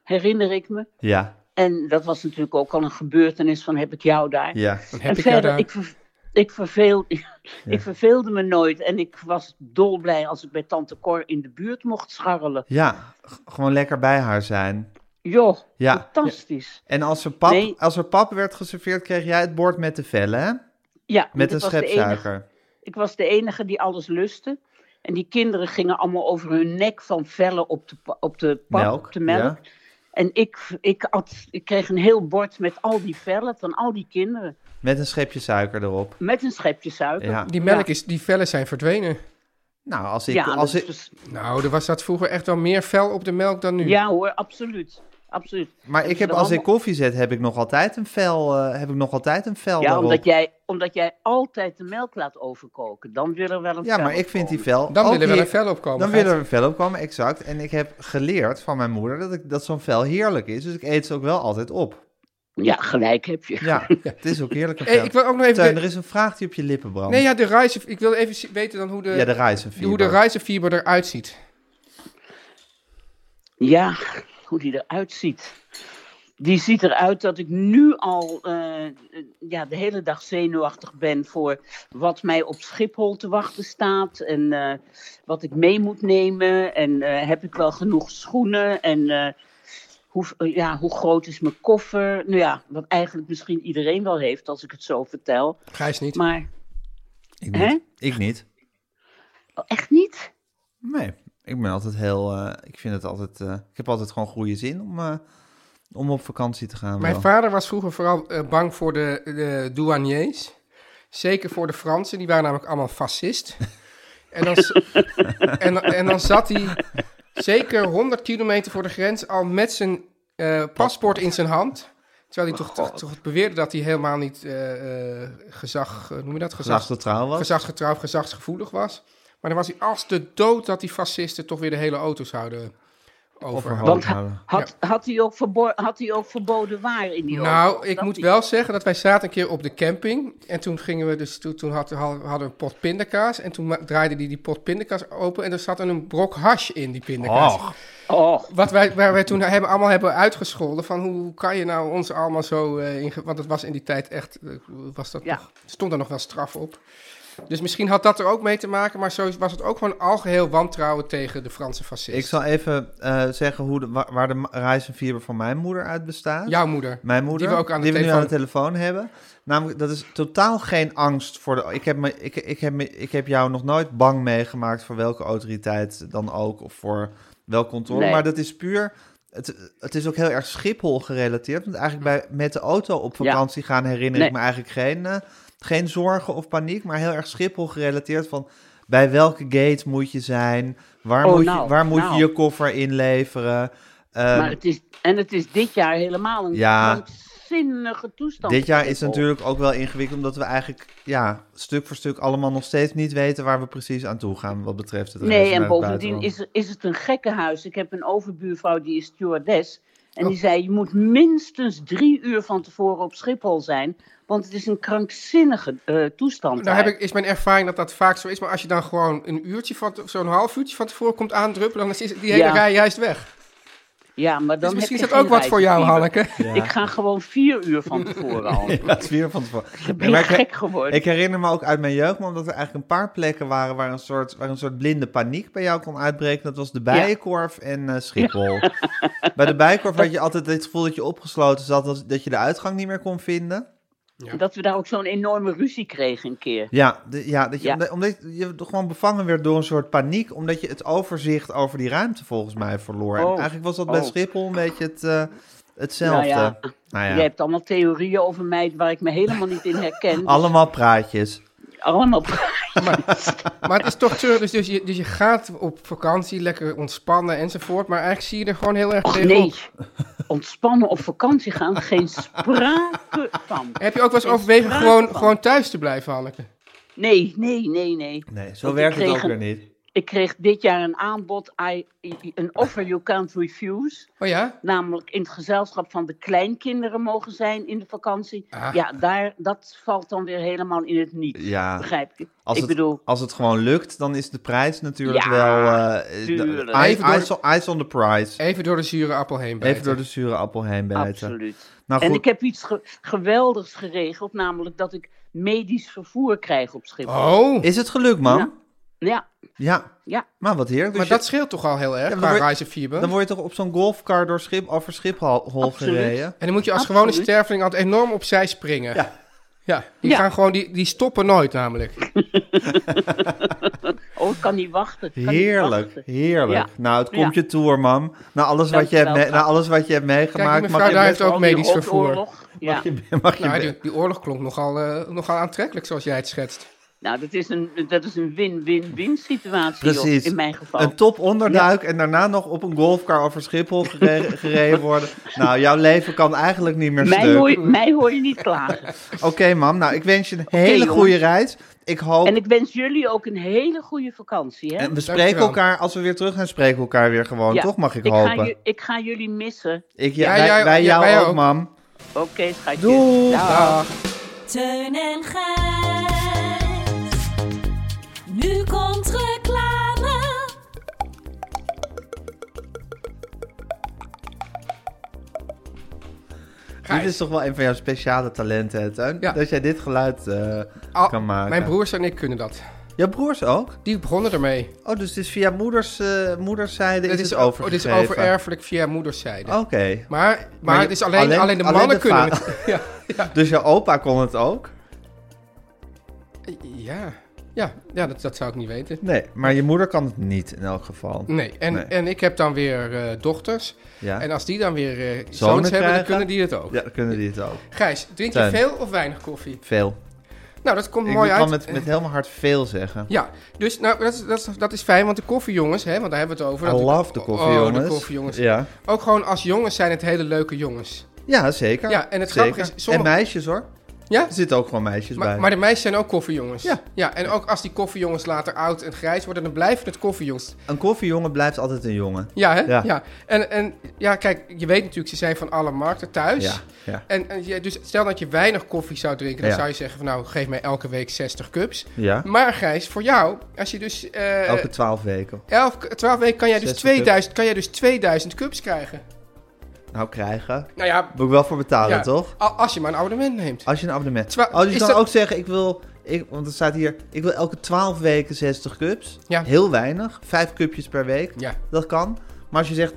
Speaker 6: Herinner ik me.
Speaker 1: Ja,
Speaker 6: En dat was natuurlijk ook al een gebeurtenis van heb ik jou daar.
Speaker 1: ja.
Speaker 2: Dan heb
Speaker 6: en
Speaker 2: ik jou
Speaker 6: verder,
Speaker 2: daar.
Speaker 6: ik, ver- ik, verveel, ik verveelde me nooit. En ik was dolblij als ik bij tante Cor in de buurt mocht scharrelen.
Speaker 1: Ja, g- gewoon lekker bij haar zijn.
Speaker 6: Joh,
Speaker 1: Ja.
Speaker 6: fantastisch.
Speaker 1: En als er, pap,
Speaker 6: Nee.
Speaker 1: als er pap werd geserveerd, kreeg jij het bord met de vellen, hè?
Speaker 6: Ja, want
Speaker 1: Met
Speaker 6: ik
Speaker 1: een
Speaker 6: was de enige-
Speaker 1: schepsuiker.
Speaker 6: Ik was de enige die alles lustte. En die kinderen gingen allemaal over hun nek van vellen op de, pa- op de pap,
Speaker 1: Melk,
Speaker 6: op de melk.
Speaker 1: ja.
Speaker 6: En ik, ik, at, ik kreeg een heel bord met al die vellen van al die kinderen.
Speaker 1: Met een schepje suiker erop.
Speaker 6: Met een schepje suiker.
Speaker 1: Ja.
Speaker 2: Die melk
Speaker 6: Ja.
Speaker 2: is, die vellen zijn verdwenen.
Speaker 1: Nou, als ik...
Speaker 6: Ja,
Speaker 1: als
Speaker 6: dat
Speaker 1: ik
Speaker 6: is dus-
Speaker 2: Nou, er was dat vroeger echt wel meer fel op de melk dan nu.
Speaker 6: ja hoor, absoluut. absoluut.
Speaker 1: maar ik
Speaker 6: Hebben
Speaker 1: heb,
Speaker 6: ze
Speaker 1: als
Speaker 6: er
Speaker 1: ik koffie zet, heb ik nog altijd een vel, eh, heb ik nog altijd een vel
Speaker 6: Ja,
Speaker 1: daarop.
Speaker 6: omdat jij, omdat jij altijd de melk laat overkoken. Dan wil er wel een
Speaker 1: Ja,
Speaker 6: vel
Speaker 1: maar ik vind die
Speaker 6: komen.
Speaker 1: vel...
Speaker 2: Dan
Speaker 1: ook
Speaker 2: willen we
Speaker 1: heer-
Speaker 2: er fel op komen.
Speaker 1: Dan
Speaker 2: Gijs.
Speaker 1: wil er een vel op komen, exact. En ik heb geleerd van mijn moeder dat, ik, dat zo'n vel heerlijk is. Dus ik eet ze ook wel altijd op.
Speaker 6: Ja, gelijk heb je.
Speaker 1: Ja, het is ook heerlijk. een
Speaker 2: Hey,
Speaker 1: vel.
Speaker 2: Eh, ik wil ook nog even...
Speaker 1: Teun,
Speaker 2: de-
Speaker 1: er is een vraag die op je lippen brandt.
Speaker 2: Nee, ja, de rijst. Ik wil even zi- weten dan hoe de,
Speaker 1: ja, de rijzenfieber.
Speaker 2: hoe de rijzenfieber eruit ziet.
Speaker 6: Ja, hoe die eruit ziet. Die ziet eruit dat ik nu al eh, eh, ja, de hele dag zenuwachtig ben voor wat mij op Schiphol te wachten staat. En eh, wat ik mee moet nemen. En eh, heb ik wel genoeg schoenen? En eh, hoe, eh, ja, hoe groot is mijn koffer? Nou ja, wat eigenlijk misschien iedereen wel heeft als ik het zo vertel.
Speaker 2: Gijs niet.
Speaker 6: Maar
Speaker 1: Ik
Speaker 6: Hè?
Speaker 1: niet. ik niet.
Speaker 6: oh, echt niet?
Speaker 1: Nee, ik ben altijd heel... eh, ik vind het altijd... eh, ik heb altijd gewoon goede zin om, eh, om op vakantie te gaan.
Speaker 2: Mijn
Speaker 1: wel.
Speaker 2: vader was vroeger vooral eh, bang voor de, de douaniers. Zeker voor de Fransen, die waren namelijk allemaal fascist. En dan, s- en, dan- en dan zat hij zeker 100 kilometer voor de grens al met zijn eh, paspoort in zijn hand. Terwijl hij toch, toch, toch beweerde dat hij helemaal niet eh, eh, gezag, eh, noem je dat? Gezag,
Speaker 1: Zachte trouw was.
Speaker 2: gezagsgetrouw, of gezagsgevoelig was. Maar dan was hij als de dood dat die fascisten toch weer de hele auto's zouden overhouden.
Speaker 6: Want
Speaker 1: houden.
Speaker 6: ha- had, had, hij ook verbo- had hij ook verboden waar in die auto?
Speaker 2: Nou, ik
Speaker 6: Dat
Speaker 2: moet
Speaker 6: hij-
Speaker 2: wel zeggen dat wij zaten een keer op de camping. En toen gingen we dus, toen, toen had- hadden we een pot pindakaas. En toen ma- draaide die die pot pindakaas open. En er zat een brok hash in die pindakaas.
Speaker 1: Och,
Speaker 6: Och,
Speaker 2: Wat wij, waar wij toen hebben, allemaal hebben uitgescholden. Van hoe kan je nou ons allemaal zo. eh, inge- want het was in die tijd echt. eh, was dat
Speaker 6: Ja.
Speaker 2: nog, stond er nog wel straf op. Dus misschien had dat er ook mee te maken. Maar zo was het ook gewoon algeheel wantrouwen tegen de Franse fascisten.
Speaker 1: ik zal even eh, zeggen hoe de, wa- waar de ma- Ryzen 4 van mijn moeder uit bestaat.
Speaker 2: Jouw moeder.
Speaker 1: Mijn moeder,
Speaker 2: Die we ook aan de
Speaker 1: nu aan de
Speaker 2: telefoon-
Speaker 1: telefoon hebben. Namelijk, dat is totaal geen angst voor de... Ik heb, me, ik, ik, heb me, ik heb jou nog nooit bang meegemaakt voor welke autoriteit dan ook... of voor welk kantoor.
Speaker 6: Nee.
Speaker 1: Maar dat is puur... Het, het is ook heel erg Schiphol gerelateerd. Want eigenlijk bij, met de auto op
Speaker 6: Ja.
Speaker 1: vakantie gaan herinner ik
Speaker 6: Nee.
Speaker 1: me eigenlijk geen, eh, geen zorgen of paniek. Maar heel erg Schiphol gerelateerd van... Bij welke gate moet je zijn? Waar
Speaker 6: Oh,
Speaker 1: moet, je,
Speaker 6: nou,
Speaker 1: waar moet
Speaker 6: nou.
Speaker 1: je je koffer inleveren? Eh,
Speaker 6: maar het is, en het is dit jaar helemaal een
Speaker 1: Ja.
Speaker 6: krankzinnige toestand.
Speaker 1: Dit jaar
Speaker 6: op
Speaker 1: is
Speaker 6: Schiphol.
Speaker 1: natuurlijk ook wel ingewikkeld, omdat we eigenlijk ja, stuk voor stuk allemaal nog steeds niet weten waar we precies aan toe gaan wat betreft het reizen
Speaker 6: Nee, en
Speaker 1: naar het
Speaker 6: bovendien
Speaker 1: buitenland.
Speaker 6: is, er- is het een gekkenhuis. Ik heb een overbuurvrouw die is stewardess. En
Speaker 2: Oh.
Speaker 6: die zei, je moet minstens drie uur van tevoren op Schiphol zijn. Want het is een krankzinnige eh, toestand.
Speaker 2: Nou heb
Speaker 6: daar.
Speaker 2: ik, is mijn ervaring dat dat vaak zo is. Maar als je dan gewoon een uurtje van, te- zo'n half uurtje van tevoren komt aandruppelen, dan is die hele
Speaker 6: Ja.
Speaker 2: rij juist weg.
Speaker 6: ja, maar dan
Speaker 2: Dus
Speaker 6: heb
Speaker 2: misschien is
Speaker 6: je
Speaker 2: dat
Speaker 6: geen
Speaker 2: ook wat voor jou,
Speaker 6: reisfever.
Speaker 2: Hanneke.
Speaker 1: Ja.
Speaker 6: Ik ga gewoon vier uur van tevoren al.
Speaker 1: Ja, het is weer van tevoren.
Speaker 6: Ik
Speaker 1: Nee,
Speaker 6: ben
Speaker 1: maar ik,
Speaker 6: gek geworden.
Speaker 1: ik herinner me ook uit mijn jeugd, maar omdat er eigenlijk een paar plekken waren waar een soort, waar een soort blinde paniek bij jou kon uitbreken. Dat was de Bijenkorf en eh, Schiphol. Bij de Bijenkorf had je altijd het gevoel dat je opgesloten zat, dat- dat je de uitgang niet meer kon vinden.
Speaker 6: Dat we daar ook zo'n enorme ruzie kregen een keer.
Speaker 1: Ja, de- ja, dat je,
Speaker 6: Ja.
Speaker 1: Omdat, omdat je toch gewoon bevangen werd door een soort paniek, omdat je het overzicht over die ruimte volgens mij verloor. En
Speaker 6: Oh,
Speaker 1: eigenlijk was dat bij
Speaker 6: oh.
Speaker 1: Schiphol een beetje het, eh, hetzelfde.
Speaker 6: Nou ja,
Speaker 1: Nou ja,
Speaker 6: Jij hebt allemaal theorieën over mij waar ik me helemaal niet in herken. Dus
Speaker 1: allemaal praatjes.
Speaker 6: allemaal
Speaker 2: Maar het is toch treurig. Dus, dus, je, dus je gaat op vakantie lekker ontspannen enzovoort. Maar eigenlijk zie je er gewoon heel erg
Speaker 6: Och,
Speaker 2: tegenop.
Speaker 6: nee. Ontspannen op vakantie gaan, geen sprake van.
Speaker 2: Heb je ook wel eens
Speaker 6: Geen
Speaker 2: overwegen
Speaker 6: sprake
Speaker 2: gewoon,
Speaker 6: van.
Speaker 2: gewoon thuis te blijven, Hanneke?
Speaker 6: Nee, nee, nee, nee.
Speaker 1: Nee, zo
Speaker 6: Want ik
Speaker 1: werkt het
Speaker 6: kreeg
Speaker 1: ook
Speaker 6: een-
Speaker 1: weer niet.
Speaker 6: Ik kreeg dit jaar een aanbod, I- I- een offer you can't refuse.
Speaker 2: Oh ja?
Speaker 6: Namelijk in het gezelschap van de kleinkinderen mogen zijn in de vakantie.
Speaker 2: Ah.
Speaker 6: Ja, daar, dat valt dan weer helemaal in het niet.
Speaker 1: Ja.
Speaker 6: Begrijp ik?
Speaker 1: Als
Speaker 6: ik
Speaker 1: het,
Speaker 6: bedoel,
Speaker 1: als het gewoon lukt, dan is de prijs natuurlijk
Speaker 6: Ja,
Speaker 1: wel... eh,
Speaker 6: tuurlijk.
Speaker 1: eye-
Speaker 2: Even door-
Speaker 1: eyes, on, eyes on the price.
Speaker 2: Even door de zure appel heen bijten.
Speaker 1: Even door de zure appel heen bijten.
Speaker 6: absoluut.
Speaker 1: Nou
Speaker 6: En
Speaker 1: goed,
Speaker 6: ik heb iets ge- geweldigs geregeld, namelijk dat ik medisch vervoer krijg op Schiphol.
Speaker 2: Oh,
Speaker 1: is het gelukt, man?
Speaker 6: Ja. Ja,
Speaker 1: Ja.
Speaker 6: Ja.
Speaker 1: Maar wat heerlijk. Dus
Speaker 2: maar
Speaker 1: je-
Speaker 2: dat scheelt toch al heel
Speaker 1: Ja,
Speaker 2: erg
Speaker 1: maar
Speaker 2: qua
Speaker 1: word-
Speaker 2: reizen vierbe.
Speaker 1: Dan word je toch op zo'n golfcar door Schip, over Schiphol
Speaker 6: Absoluut.
Speaker 1: gereden?
Speaker 2: En dan moet je als
Speaker 6: Absoluut.
Speaker 2: gewone sterveling altijd enorm opzij springen.
Speaker 1: Ja.
Speaker 2: Ja, die,
Speaker 6: Ja.
Speaker 2: Gaan gewoon, die, die stoppen nooit namelijk.
Speaker 6: oh, ik kan niet wachten. ik kan niet
Speaker 1: Heerlijk,
Speaker 6: wachten.
Speaker 1: heerlijk.
Speaker 6: Ja.
Speaker 1: Nou, het komt
Speaker 6: Ja.
Speaker 1: je toer, mam. Na alles, wat je
Speaker 6: Dankjewel,
Speaker 1: hebt me- na
Speaker 6: schat.
Speaker 1: alles wat je hebt meegemaakt,
Speaker 2: Kijk, die
Speaker 1: mag je
Speaker 2: mevrouw daar
Speaker 1: best-
Speaker 2: heeft ook
Speaker 6: Al die
Speaker 2: medisch vervoer.
Speaker 6: rotoorlog. Ja.
Speaker 1: mag je
Speaker 2: Nou,
Speaker 1: be-
Speaker 2: die, die oorlog klonk nogal, eh, nogal aantrekkelijk zoals jij het schetst.
Speaker 6: Nou, dat is een, dat is een win-win-win situatie joh,
Speaker 1: Precies.
Speaker 6: in mijn geval.
Speaker 1: Een top onderduik en daarna nog op een golfcar over Schiphol gere- gereden worden. Nou, jouw leven kan eigenlijk niet meer
Speaker 6: mij,
Speaker 1: stuk.
Speaker 6: hoor
Speaker 1: Oké,
Speaker 6: je, mij hoor je niet klagen.
Speaker 1: mam. Nou, ik wens je een hele
Speaker 6: jongens.
Speaker 1: goede reis. Ik hoop...
Speaker 6: En
Speaker 1: En,
Speaker 6: ik wens jullie ook een hele goede vakantie. Hè?
Speaker 1: we spreken
Speaker 2: Dankjewel.
Speaker 1: elkaar, als we weer terug zijn, spreken we elkaar weer gewoon.
Speaker 6: Ja,
Speaker 1: Toch mag ik,
Speaker 6: ga
Speaker 1: hopen.
Speaker 6: ju- ik ga jullie missen.
Speaker 1: Ik, ja,
Speaker 2: Ja,
Speaker 1: wij,
Speaker 2: jij-
Speaker 1: wij
Speaker 2: ja,
Speaker 1: jou
Speaker 2: wij
Speaker 1: ook,
Speaker 2: ook.
Speaker 1: mam.
Speaker 6: Oké, schatje.
Speaker 1: Doei.
Speaker 2: Dag.
Speaker 5: Teun en Gijs. Nu komt reclame.
Speaker 2: Gijs.
Speaker 1: Dit is toch wel een van jouw speciale talenten, hè, Teun?
Speaker 2: Ja.
Speaker 1: Dat jij dit geluid eh,
Speaker 2: Al-
Speaker 1: kan maken.
Speaker 2: Mijn broers en ik kunnen dat.
Speaker 1: Jouw broers ook?
Speaker 2: Die begonnen ermee.
Speaker 1: Oh, dus het is via moeders, eh, moederszijde
Speaker 2: Dit
Speaker 1: is
Speaker 2: is,
Speaker 1: het
Speaker 2: o- dit Oh, is
Speaker 1: overgegeven?
Speaker 2: overerfelijk via moederszijde.
Speaker 1: Oké.
Speaker 2: Maar, maar,
Speaker 1: je-
Speaker 2: het is alleen, alleen,
Speaker 1: alleen-
Speaker 2: de
Speaker 1: alleen
Speaker 2: mannen
Speaker 1: de
Speaker 2: kunnen
Speaker 1: va-
Speaker 2: het. Ja, ja.
Speaker 1: Dus jouw opa kon het ook?
Speaker 2: ja. ja, ja dat, dat zou ik niet weten.
Speaker 1: Nee, maar je moeder kan het niet in elk geval.
Speaker 2: Nee, en,
Speaker 1: Nee.
Speaker 2: en ik heb dan weer eh, dochters.
Speaker 1: Ja,
Speaker 2: En als die dan weer eh, zoons, hebben,
Speaker 1: krijgen?
Speaker 2: dan kunnen die het ook.
Speaker 1: ja dan kunnen die het ook.
Speaker 2: Gijs, drink je
Speaker 1: Tuin.
Speaker 2: veel of weinig koffie?
Speaker 1: Veel.
Speaker 2: Nou, dat komt
Speaker 1: Ik
Speaker 2: mooi
Speaker 1: kan
Speaker 2: uit.
Speaker 1: met, met helemaal hard veel zeggen.
Speaker 2: Ja, dus nou, dat, is, dat, is, dat is fijn, want de koffiejongens, hè, want daar hebben we het over.
Speaker 1: I
Speaker 2: dat
Speaker 1: love de koffiejongens.
Speaker 2: Oh, de koffiejongens.
Speaker 1: Ja.
Speaker 2: Ook gewoon als jongens zijn het hele leuke jongens.
Speaker 1: ja, zeker.
Speaker 2: Ja, en het
Speaker 1: zeker.
Speaker 2: grappige is, sommige-
Speaker 1: En meisjes hoor.
Speaker 2: Ja?
Speaker 1: Er zitten ook gewoon meisjes bij.
Speaker 2: Maar, maar de meisjes zijn ook koffiejongens.
Speaker 1: Ja.
Speaker 2: ja. En ook als die koffiejongens later oud en grijs worden, dan blijven het koffiejongens.
Speaker 1: Een koffiejongen blijft altijd een jongen.
Speaker 2: Ja, hè? Ja.
Speaker 1: Ja.
Speaker 2: En, en ja, kijk, je weet natuurlijk, ze zijn van alle markten thuis.
Speaker 1: Ja, ja.
Speaker 2: En, en je- dus stel dat je weinig koffie zou drinken, dan
Speaker 1: Ja.
Speaker 2: zou je zeggen van nou, geef mij elke week 60 cups.
Speaker 1: Ja.
Speaker 2: Maar Gijs, voor jou, als je dus... eh
Speaker 1: Elke twaalf weken.
Speaker 2: 11, 12 weken kan jij, dus
Speaker 1: 60
Speaker 2: 2000, kan jij dus 2000 cups krijgen.
Speaker 1: Nou, krijgen.
Speaker 2: Nou ja,
Speaker 1: Moet ik wel voor betalen,
Speaker 2: ja,
Speaker 1: toch?
Speaker 2: a- als je maar een abonnement neemt.
Speaker 1: Als je een abonnement...
Speaker 2: Twa-
Speaker 1: Als je
Speaker 2: is
Speaker 1: dan
Speaker 2: dat-
Speaker 1: ook zeggen, ik wil... Ik, want er staat hier, ik wil elke 12 weken 60 cups.
Speaker 2: Ja.
Speaker 1: Heel weinig. Vijf cupjes per week.
Speaker 2: Ja.
Speaker 1: Dat kan. Maar als je zegt,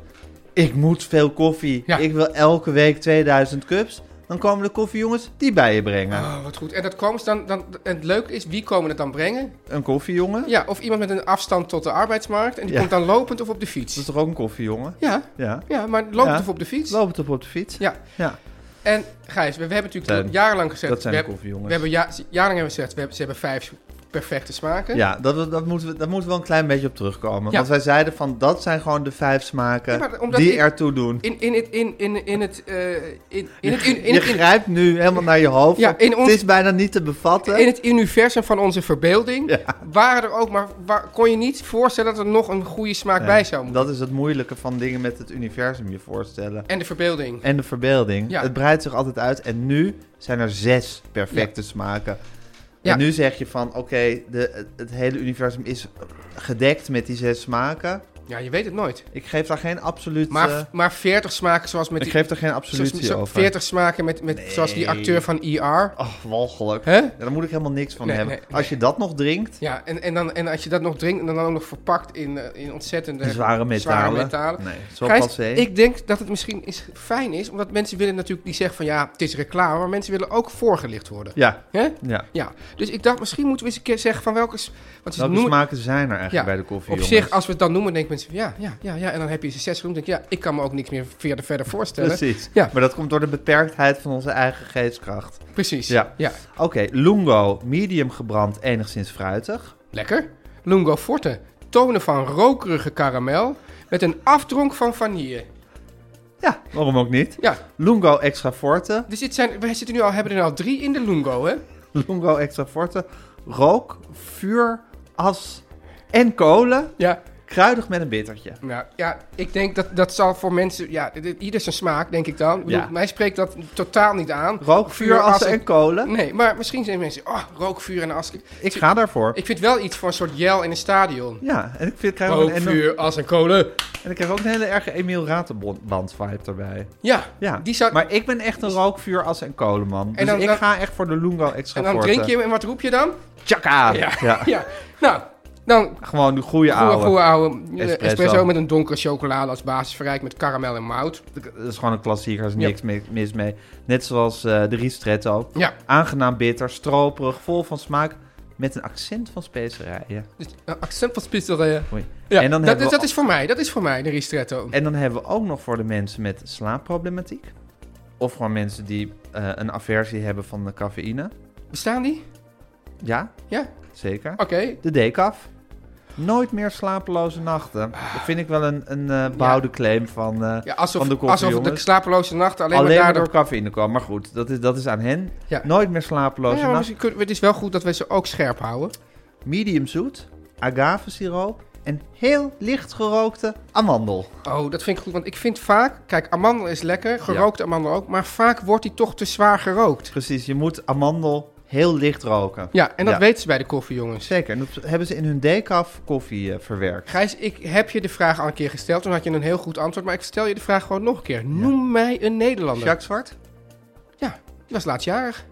Speaker 1: ik moet veel koffie.
Speaker 2: Ja.
Speaker 1: Ik wil elke week 2000 cups. Dan komen de koffiejongens die bij je brengen.
Speaker 2: Oh, wat goed. En dat komen ze dan, dan... En het leuke is, wie komen het dan brengen?
Speaker 1: Een koffiejongen?
Speaker 2: Ja, of iemand met een afstand tot de arbeidsmarkt. En die
Speaker 1: Ja.
Speaker 2: komt dan lopend of op de
Speaker 1: Dat is
Speaker 2: fiets.
Speaker 1: toch ook een koffiejongen?
Speaker 2: Ja,
Speaker 1: Ja.
Speaker 2: ja maar lopend
Speaker 1: Ja.
Speaker 2: of op de fiets.
Speaker 1: Lopend op op de fiets.
Speaker 2: Ja.
Speaker 1: Ja.
Speaker 2: En Gijs, we, we hebben natuurlijk
Speaker 1: Zijn-
Speaker 2: jarenlang gezegd...
Speaker 1: Dat zijn
Speaker 2: we
Speaker 1: de
Speaker 2: hebben-
Speaker 1: koffiejongens.
Speaker 2: We hebben ja, jarenlang hebben we gezegd, we hebben, ze hebben vijf perfecte smaken.
Speaker 1: Ja, dat, dat moeten we, daar moeten we wel een klein beetje op terugkomen.
Speaker 2: Ja.
Speaker 1: Want wij zeiden van, dat zijn gewoon de vijf smaken
Speaker 2: Ja, maar omdat
Speaker 1: die
Speaker 2: ik-
Speaker 1: ertoe doen.
Speaker 2: In, in, het, in, in, in het... eh, in, in, het, in, in,
Speaker 1: je
Speaker 2: het- in,
Speaker 1: grijpt nu helemaal naar je hoofd.
Speaker 2: Ja, in ons-
Speaker 1: Het is bijna niet te bevatten.
Speaker 2: in het universum van onze verbeelding
Speaker 1: Ja.
Speaker 2: waren er ook, maar waar, kon je niet voorstellen dat er nog een goede smaak bij zou moeten.
Speaker 1: Dat is het moeilijke van dingen met het universum je voorstellen.
Speaker 2: En de verbeelding.
Speaker 1: En de verbeelding.
Speaker 2: Ja.
Speaker 1: Het breidt zich altijd uit. En nu zijn er zes perfecte smaken.
Speaker 2: Ja.
Speaker 1: En nu zeg je van, oké, de- het- het hele universum is gedekt met die zes smaken.
Speaker 2: Ja, je weet het nooit.
Speaker 1: Ik geef daar geen absoluut...
Speaker 2: Maar,
Speaker 1: eh,
Speaker 2: maar 40 smaken zoals met
Speaker 1: ik
Speaker 2: die...
Speaker 1: geef daar geen
Speaker 2: zoals-
Speaker 1: absolutie
Speaker 2: zo-
Speaker 1: over.
Speaker 2: 40 smaken met, met, zoals die acteur van E ER.
Speaker 1: Ach, walgelijk.
Speaker 2: Hè?
Speaker 1: Ja, daar moet ik helemaal niks van
Speaker 2: Nee,
Speaker 1: hebben.
Speaker 2: nee,
Speaker 1: Als je dat nog drinkt,
Speaker 2: Ja, en, en, dan, en als je dat nog drinkt en dan ook nog verpakt in, eh, in ontzettende
Speaker 1: zware metalen.
Speaker 2: zware metalen.
Speaker 1: Nee, zo
Speaker 2: Gijs,
Speaker 1: passé.
Speaker 2: ik denk dat het misschien is, fijn is, omdat mensen willen natuurlijk die zeggen van ja, het is reclame, maar mensen willen ook voorgelicht worden.
Speaker 1: Ja,
Speaker 2: Hè?
Speaker 1: ja.
Speaker 2: Ja, dus ik dacht misschien moeten we eens een keer zeggen van welke... s- Want ze
Speaker 1: Welke
Speaker 2: noemen-
Speaker 1: smaken zijn er eigenlijk
Speaker 2: Dus Ja,
Speaker 1: bij de koffie,
Speaker 2: Op
Speaker 1: jongens?
Speaker 2: zich, als we het dan noemen, denken mensen van ja, ja, ja, ja. En dan heb je ze zes genoemd, denk ik ja, ik kan me ook niks meer verder, verder voorstellen.
Speaker 1: Precies.
Speaker 2: Ja.
Speaker 1: Maar dat komt door de beperktheid van onze eigen geestkracht.
Speaker 2: Precies.
Speaker 1: Ja.
Speaker 2: ja.
Speaker 1: Oké, lungo, medium gebrand, enigszins fruitig.
Speaker 2: Lekker. Lungo Forte. Tonen van rokerige karamel met een afdronk van vanille.
Speaker 1: Ja, waarom ook niet?
Speaker 2: Ja,
Speaker 1: Lungo extra forte,
Speaker 2: dus dit zijn, we zitten nu al, hebben er al drie in de Lungo, hè?
Speaker 1: lungo extra forte, rook, vuur, as en kolen,
Speaker 2: Ja.
Speaker 1: kruidig met een bittertje.
Speaker 2: Nou, ja, ik denk dat dat zal voor mensen... Ja, dit- dit- ieder zijn smaak, denk ik dan. Ik bedoel,
Speaker 1: Ja.
Speaker 2: Mij spreekt dat totaal niet aan.
Speaker 1: Rook, vuur, as en kolen.
Speaker 2: Nee, maar misschien zijn mensen... Oh, rook, vuur en as.
Speaker 1: Ik ga daarvoor.
Speaker 2: Ik vind wel iets voor een soort jel in een stadion.
Speaker 1: Ja, en ik vind, ik krijg ook
Speaker 2: Rook,
Speaker 1: een enorm-
Speaker 2: vuur, as en kolen.
Speaker 1: En ik krijg ook een hele erge Emil Ratenband vibe erbij.
Speaker 2: Ja,
Speaker 1: Ja,
Speaker 2: die zou...
Speaker 1: maar ik ben echt een rookvuur, as en kolenman. Dus
Speaker 2: dan-
Speaker 1: ik
Speaker 2: dan-
Speaker 1: ga echt voor de Lungo extra
Speaker 2: en dan
Speaker 1: forte.
Speaker 2: drink je hem en wat roep je dan?
Speaker 1: Tjaka!
Speaker 2: Ja,
Speaker 1: Ja.
Speaker 2: ja. Nou, dan
Speaker 1: Gewoon de goede
Speaker 2: Goeie,
Speaker 1: oude.
Speaker 2: goeie oude espresso.
Speaker 1: Espresso.
Speaker 2: met een donkere chocolade als basis verrijkt met karamel en mout.
Speaker 1: Dat is gewoon een klassieker, er is
Speaker 2: Ja.
Speaker 1: niks mi- mis mee. Net zoals eh, de ristretto.
Speaker 2: Ja.
Speaker 1: Aangenaam bitter, stroperig, vol van smaak. Met een accent van specerijen.
Speaker 2: Dus een accent van spitserijen.
Speaker 1: Oei.
Speaker 2: Ja,
Speaker 1: En dan
Speaker 2: dat,
Speaker 1: hebben
Speaker 2: is-
Speaker 1: we-
Speaker 2: dat is voor mij, dat is voor mij de ristretto.
Speaker 1: En dan hebben we ook nog voor de mensen met slaapproblematiek. Of gewoon mensen die eh, een aversie hebben van de cafeïne.
Speaker 2: Bestaan die?
Speaker 1: Ja,
Speaker 2: Ja,
Speaker 1: zeker.
Speaker 2: oké.
Speaker 1: De decaf. Nooit meer slapeloze nachten. Dat vind ik wel een, een eh bouwde claim van, eh
Speaker 2: Ja, alsof,
Speaker 1: van de koffie,
Speaker 2: alsof de
Speaker 1: jongens.
Speaker 2: slapeloze nachten alleen,
Speaker 1: Alleen
Speaker 2: maar
Speaker 1: maar
Speaker 2: daardoor...
Speaker 1: door cafeïne kwam. Maar goed, dat is, dat is aan hen.
Speaker 2: Ja.
Speaker 1: Nooit meer slapeloze
Speaker 2: Ja, maar
Speaker 1: nachten.
Speaker 2: misschien kunnen we- het is wel goed dat we ze ook scherp houden.
Speaker 1: Medium zoet, agavesiroop en heel licht gerookte amandel.
Speaker 2: Oh, dat vind ik goed, want ik vind vaak... Kijk, amandel is lekker, gerookte amandel ook, maar vaak wordt die toch te zwaar gerookt.
Speaker 1: Precies, je moet amandel heel licht roken.
Speaker 2: Ja, en dat
Speaker 1: Ja.
Speaker 2: weten ze bij de koffie, jongens.
Speaker 1: Zeker, en dat hebben ze in hun decaf koffie eh, verwerkt.
Speaker 2: Gijs, ik heb je de vraag al een keer gesteld. Toen had je een heel goed antwoord. Maar ik stel je de vraag gewoon nog een keer. Noem mij een Nederlander.
Speaker 1: Jacques Zwart,
Speaker 2: Ja, die was laatstjarig.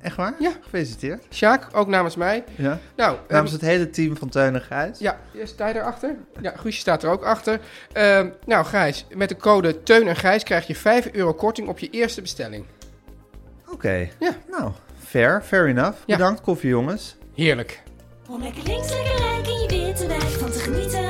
Speaker 1: echt waar?
Speaker 2: Ja.
Speaker 1: Gefeliciteerd.
Speaker 2: Sjaak, ook namens mij.
Speaker 1: Ja.
Speaker 2: Nou,
Speaker 1: Namens
Speaker 2: ehm,
Speaker 1: het hele team van Teun en Gijs.
Speaker 2: ja, sta je erachter? Ja, Guusje staat er ook achter. Ehm, nou, Gijs, met de code Teun en Gijs krijg je 5 euro korting op je eerste bestelling.
Speaker 1: Oké,
Speaker 2: Ja.
Speaker 1: nou, fair, fair enough.
Speaker 2: Ja.
Speaker 1: Bedankt koffie jongens.
Speaker 2: Heerlijk.
Speaker 5: Om lekker links, lekker rijk in je witte wijk van te genieten.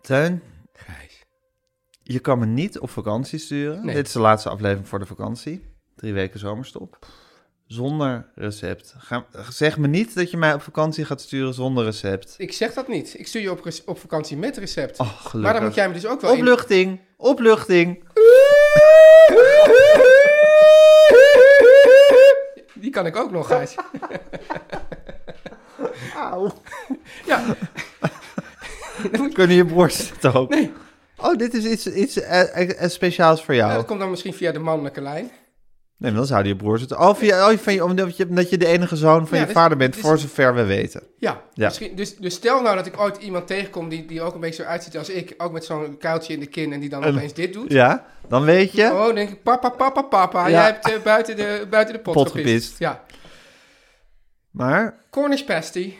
Speaker 1: Teun,
Speaker 2: Gijs.
Speaker 1: je kan me niet op vakantie sturen.
Speaker 2: Nee.
Speaker 1: Dit is de laatste aflevering voor de vakantie. Drie weken zomerstop. Zonder recept. Ga, zeg me niet dat je mij op vakantie gaat sturen zonder recept.
Speaker 2: Ik zeg dat niet. Ik stuur je op, res- op vakantie met recept.
Speaker 1: Oh, gelukkig.
Speaker 2: maar dan moet jij me dus ook wel in-
Speaker 1: Opluchting, opluchting.
Speaker 2: Die kan ik ook nog, Gijs. Ja,
Speaker 1: Kunnen je borst zitten ook? Oh, dit is iets, iets eh, eh, eh, speciaals voor jou.
Speaker 2: nou, dat komt dan misschien via de mannelijke lijn.
Speaker 1: Nee, maar dan zouden je broers het... Oh, via, oh van je, omdat, je, omdat je de enige zoon van
Speaker 2: Ja, dus-
Speaker 1: je
Speaker 2: dit-
Speaker 1: vader bent,
Speaker 2: dit is-
Speaker 1: voor zover we weten.
Speaker 2: Ja,
Speaker 1: Ja.
Speaker 2: Misschien, dus, dus stel nou dat ik ooit iemand tegenkom die, die ook een beetje zo uitziet als ik. Ook met zo'n kuiltje in de kin en die dan opeens dit doet.
Speaker 1: Ja, dan weet je...
Speaker 2: Oh, dan denk ik, papa, papa, papa,
Speaker 1: Ja.
Speaker 2: jij hebt eh, buiten, de, buiten de pot,
Speaker 1: Pot
Speaker 2: gepist.
Speaker 1: gepist.
Speaker 2: Ja.
Speaker 1: Maar...
Speaker 2: Cornish pasty.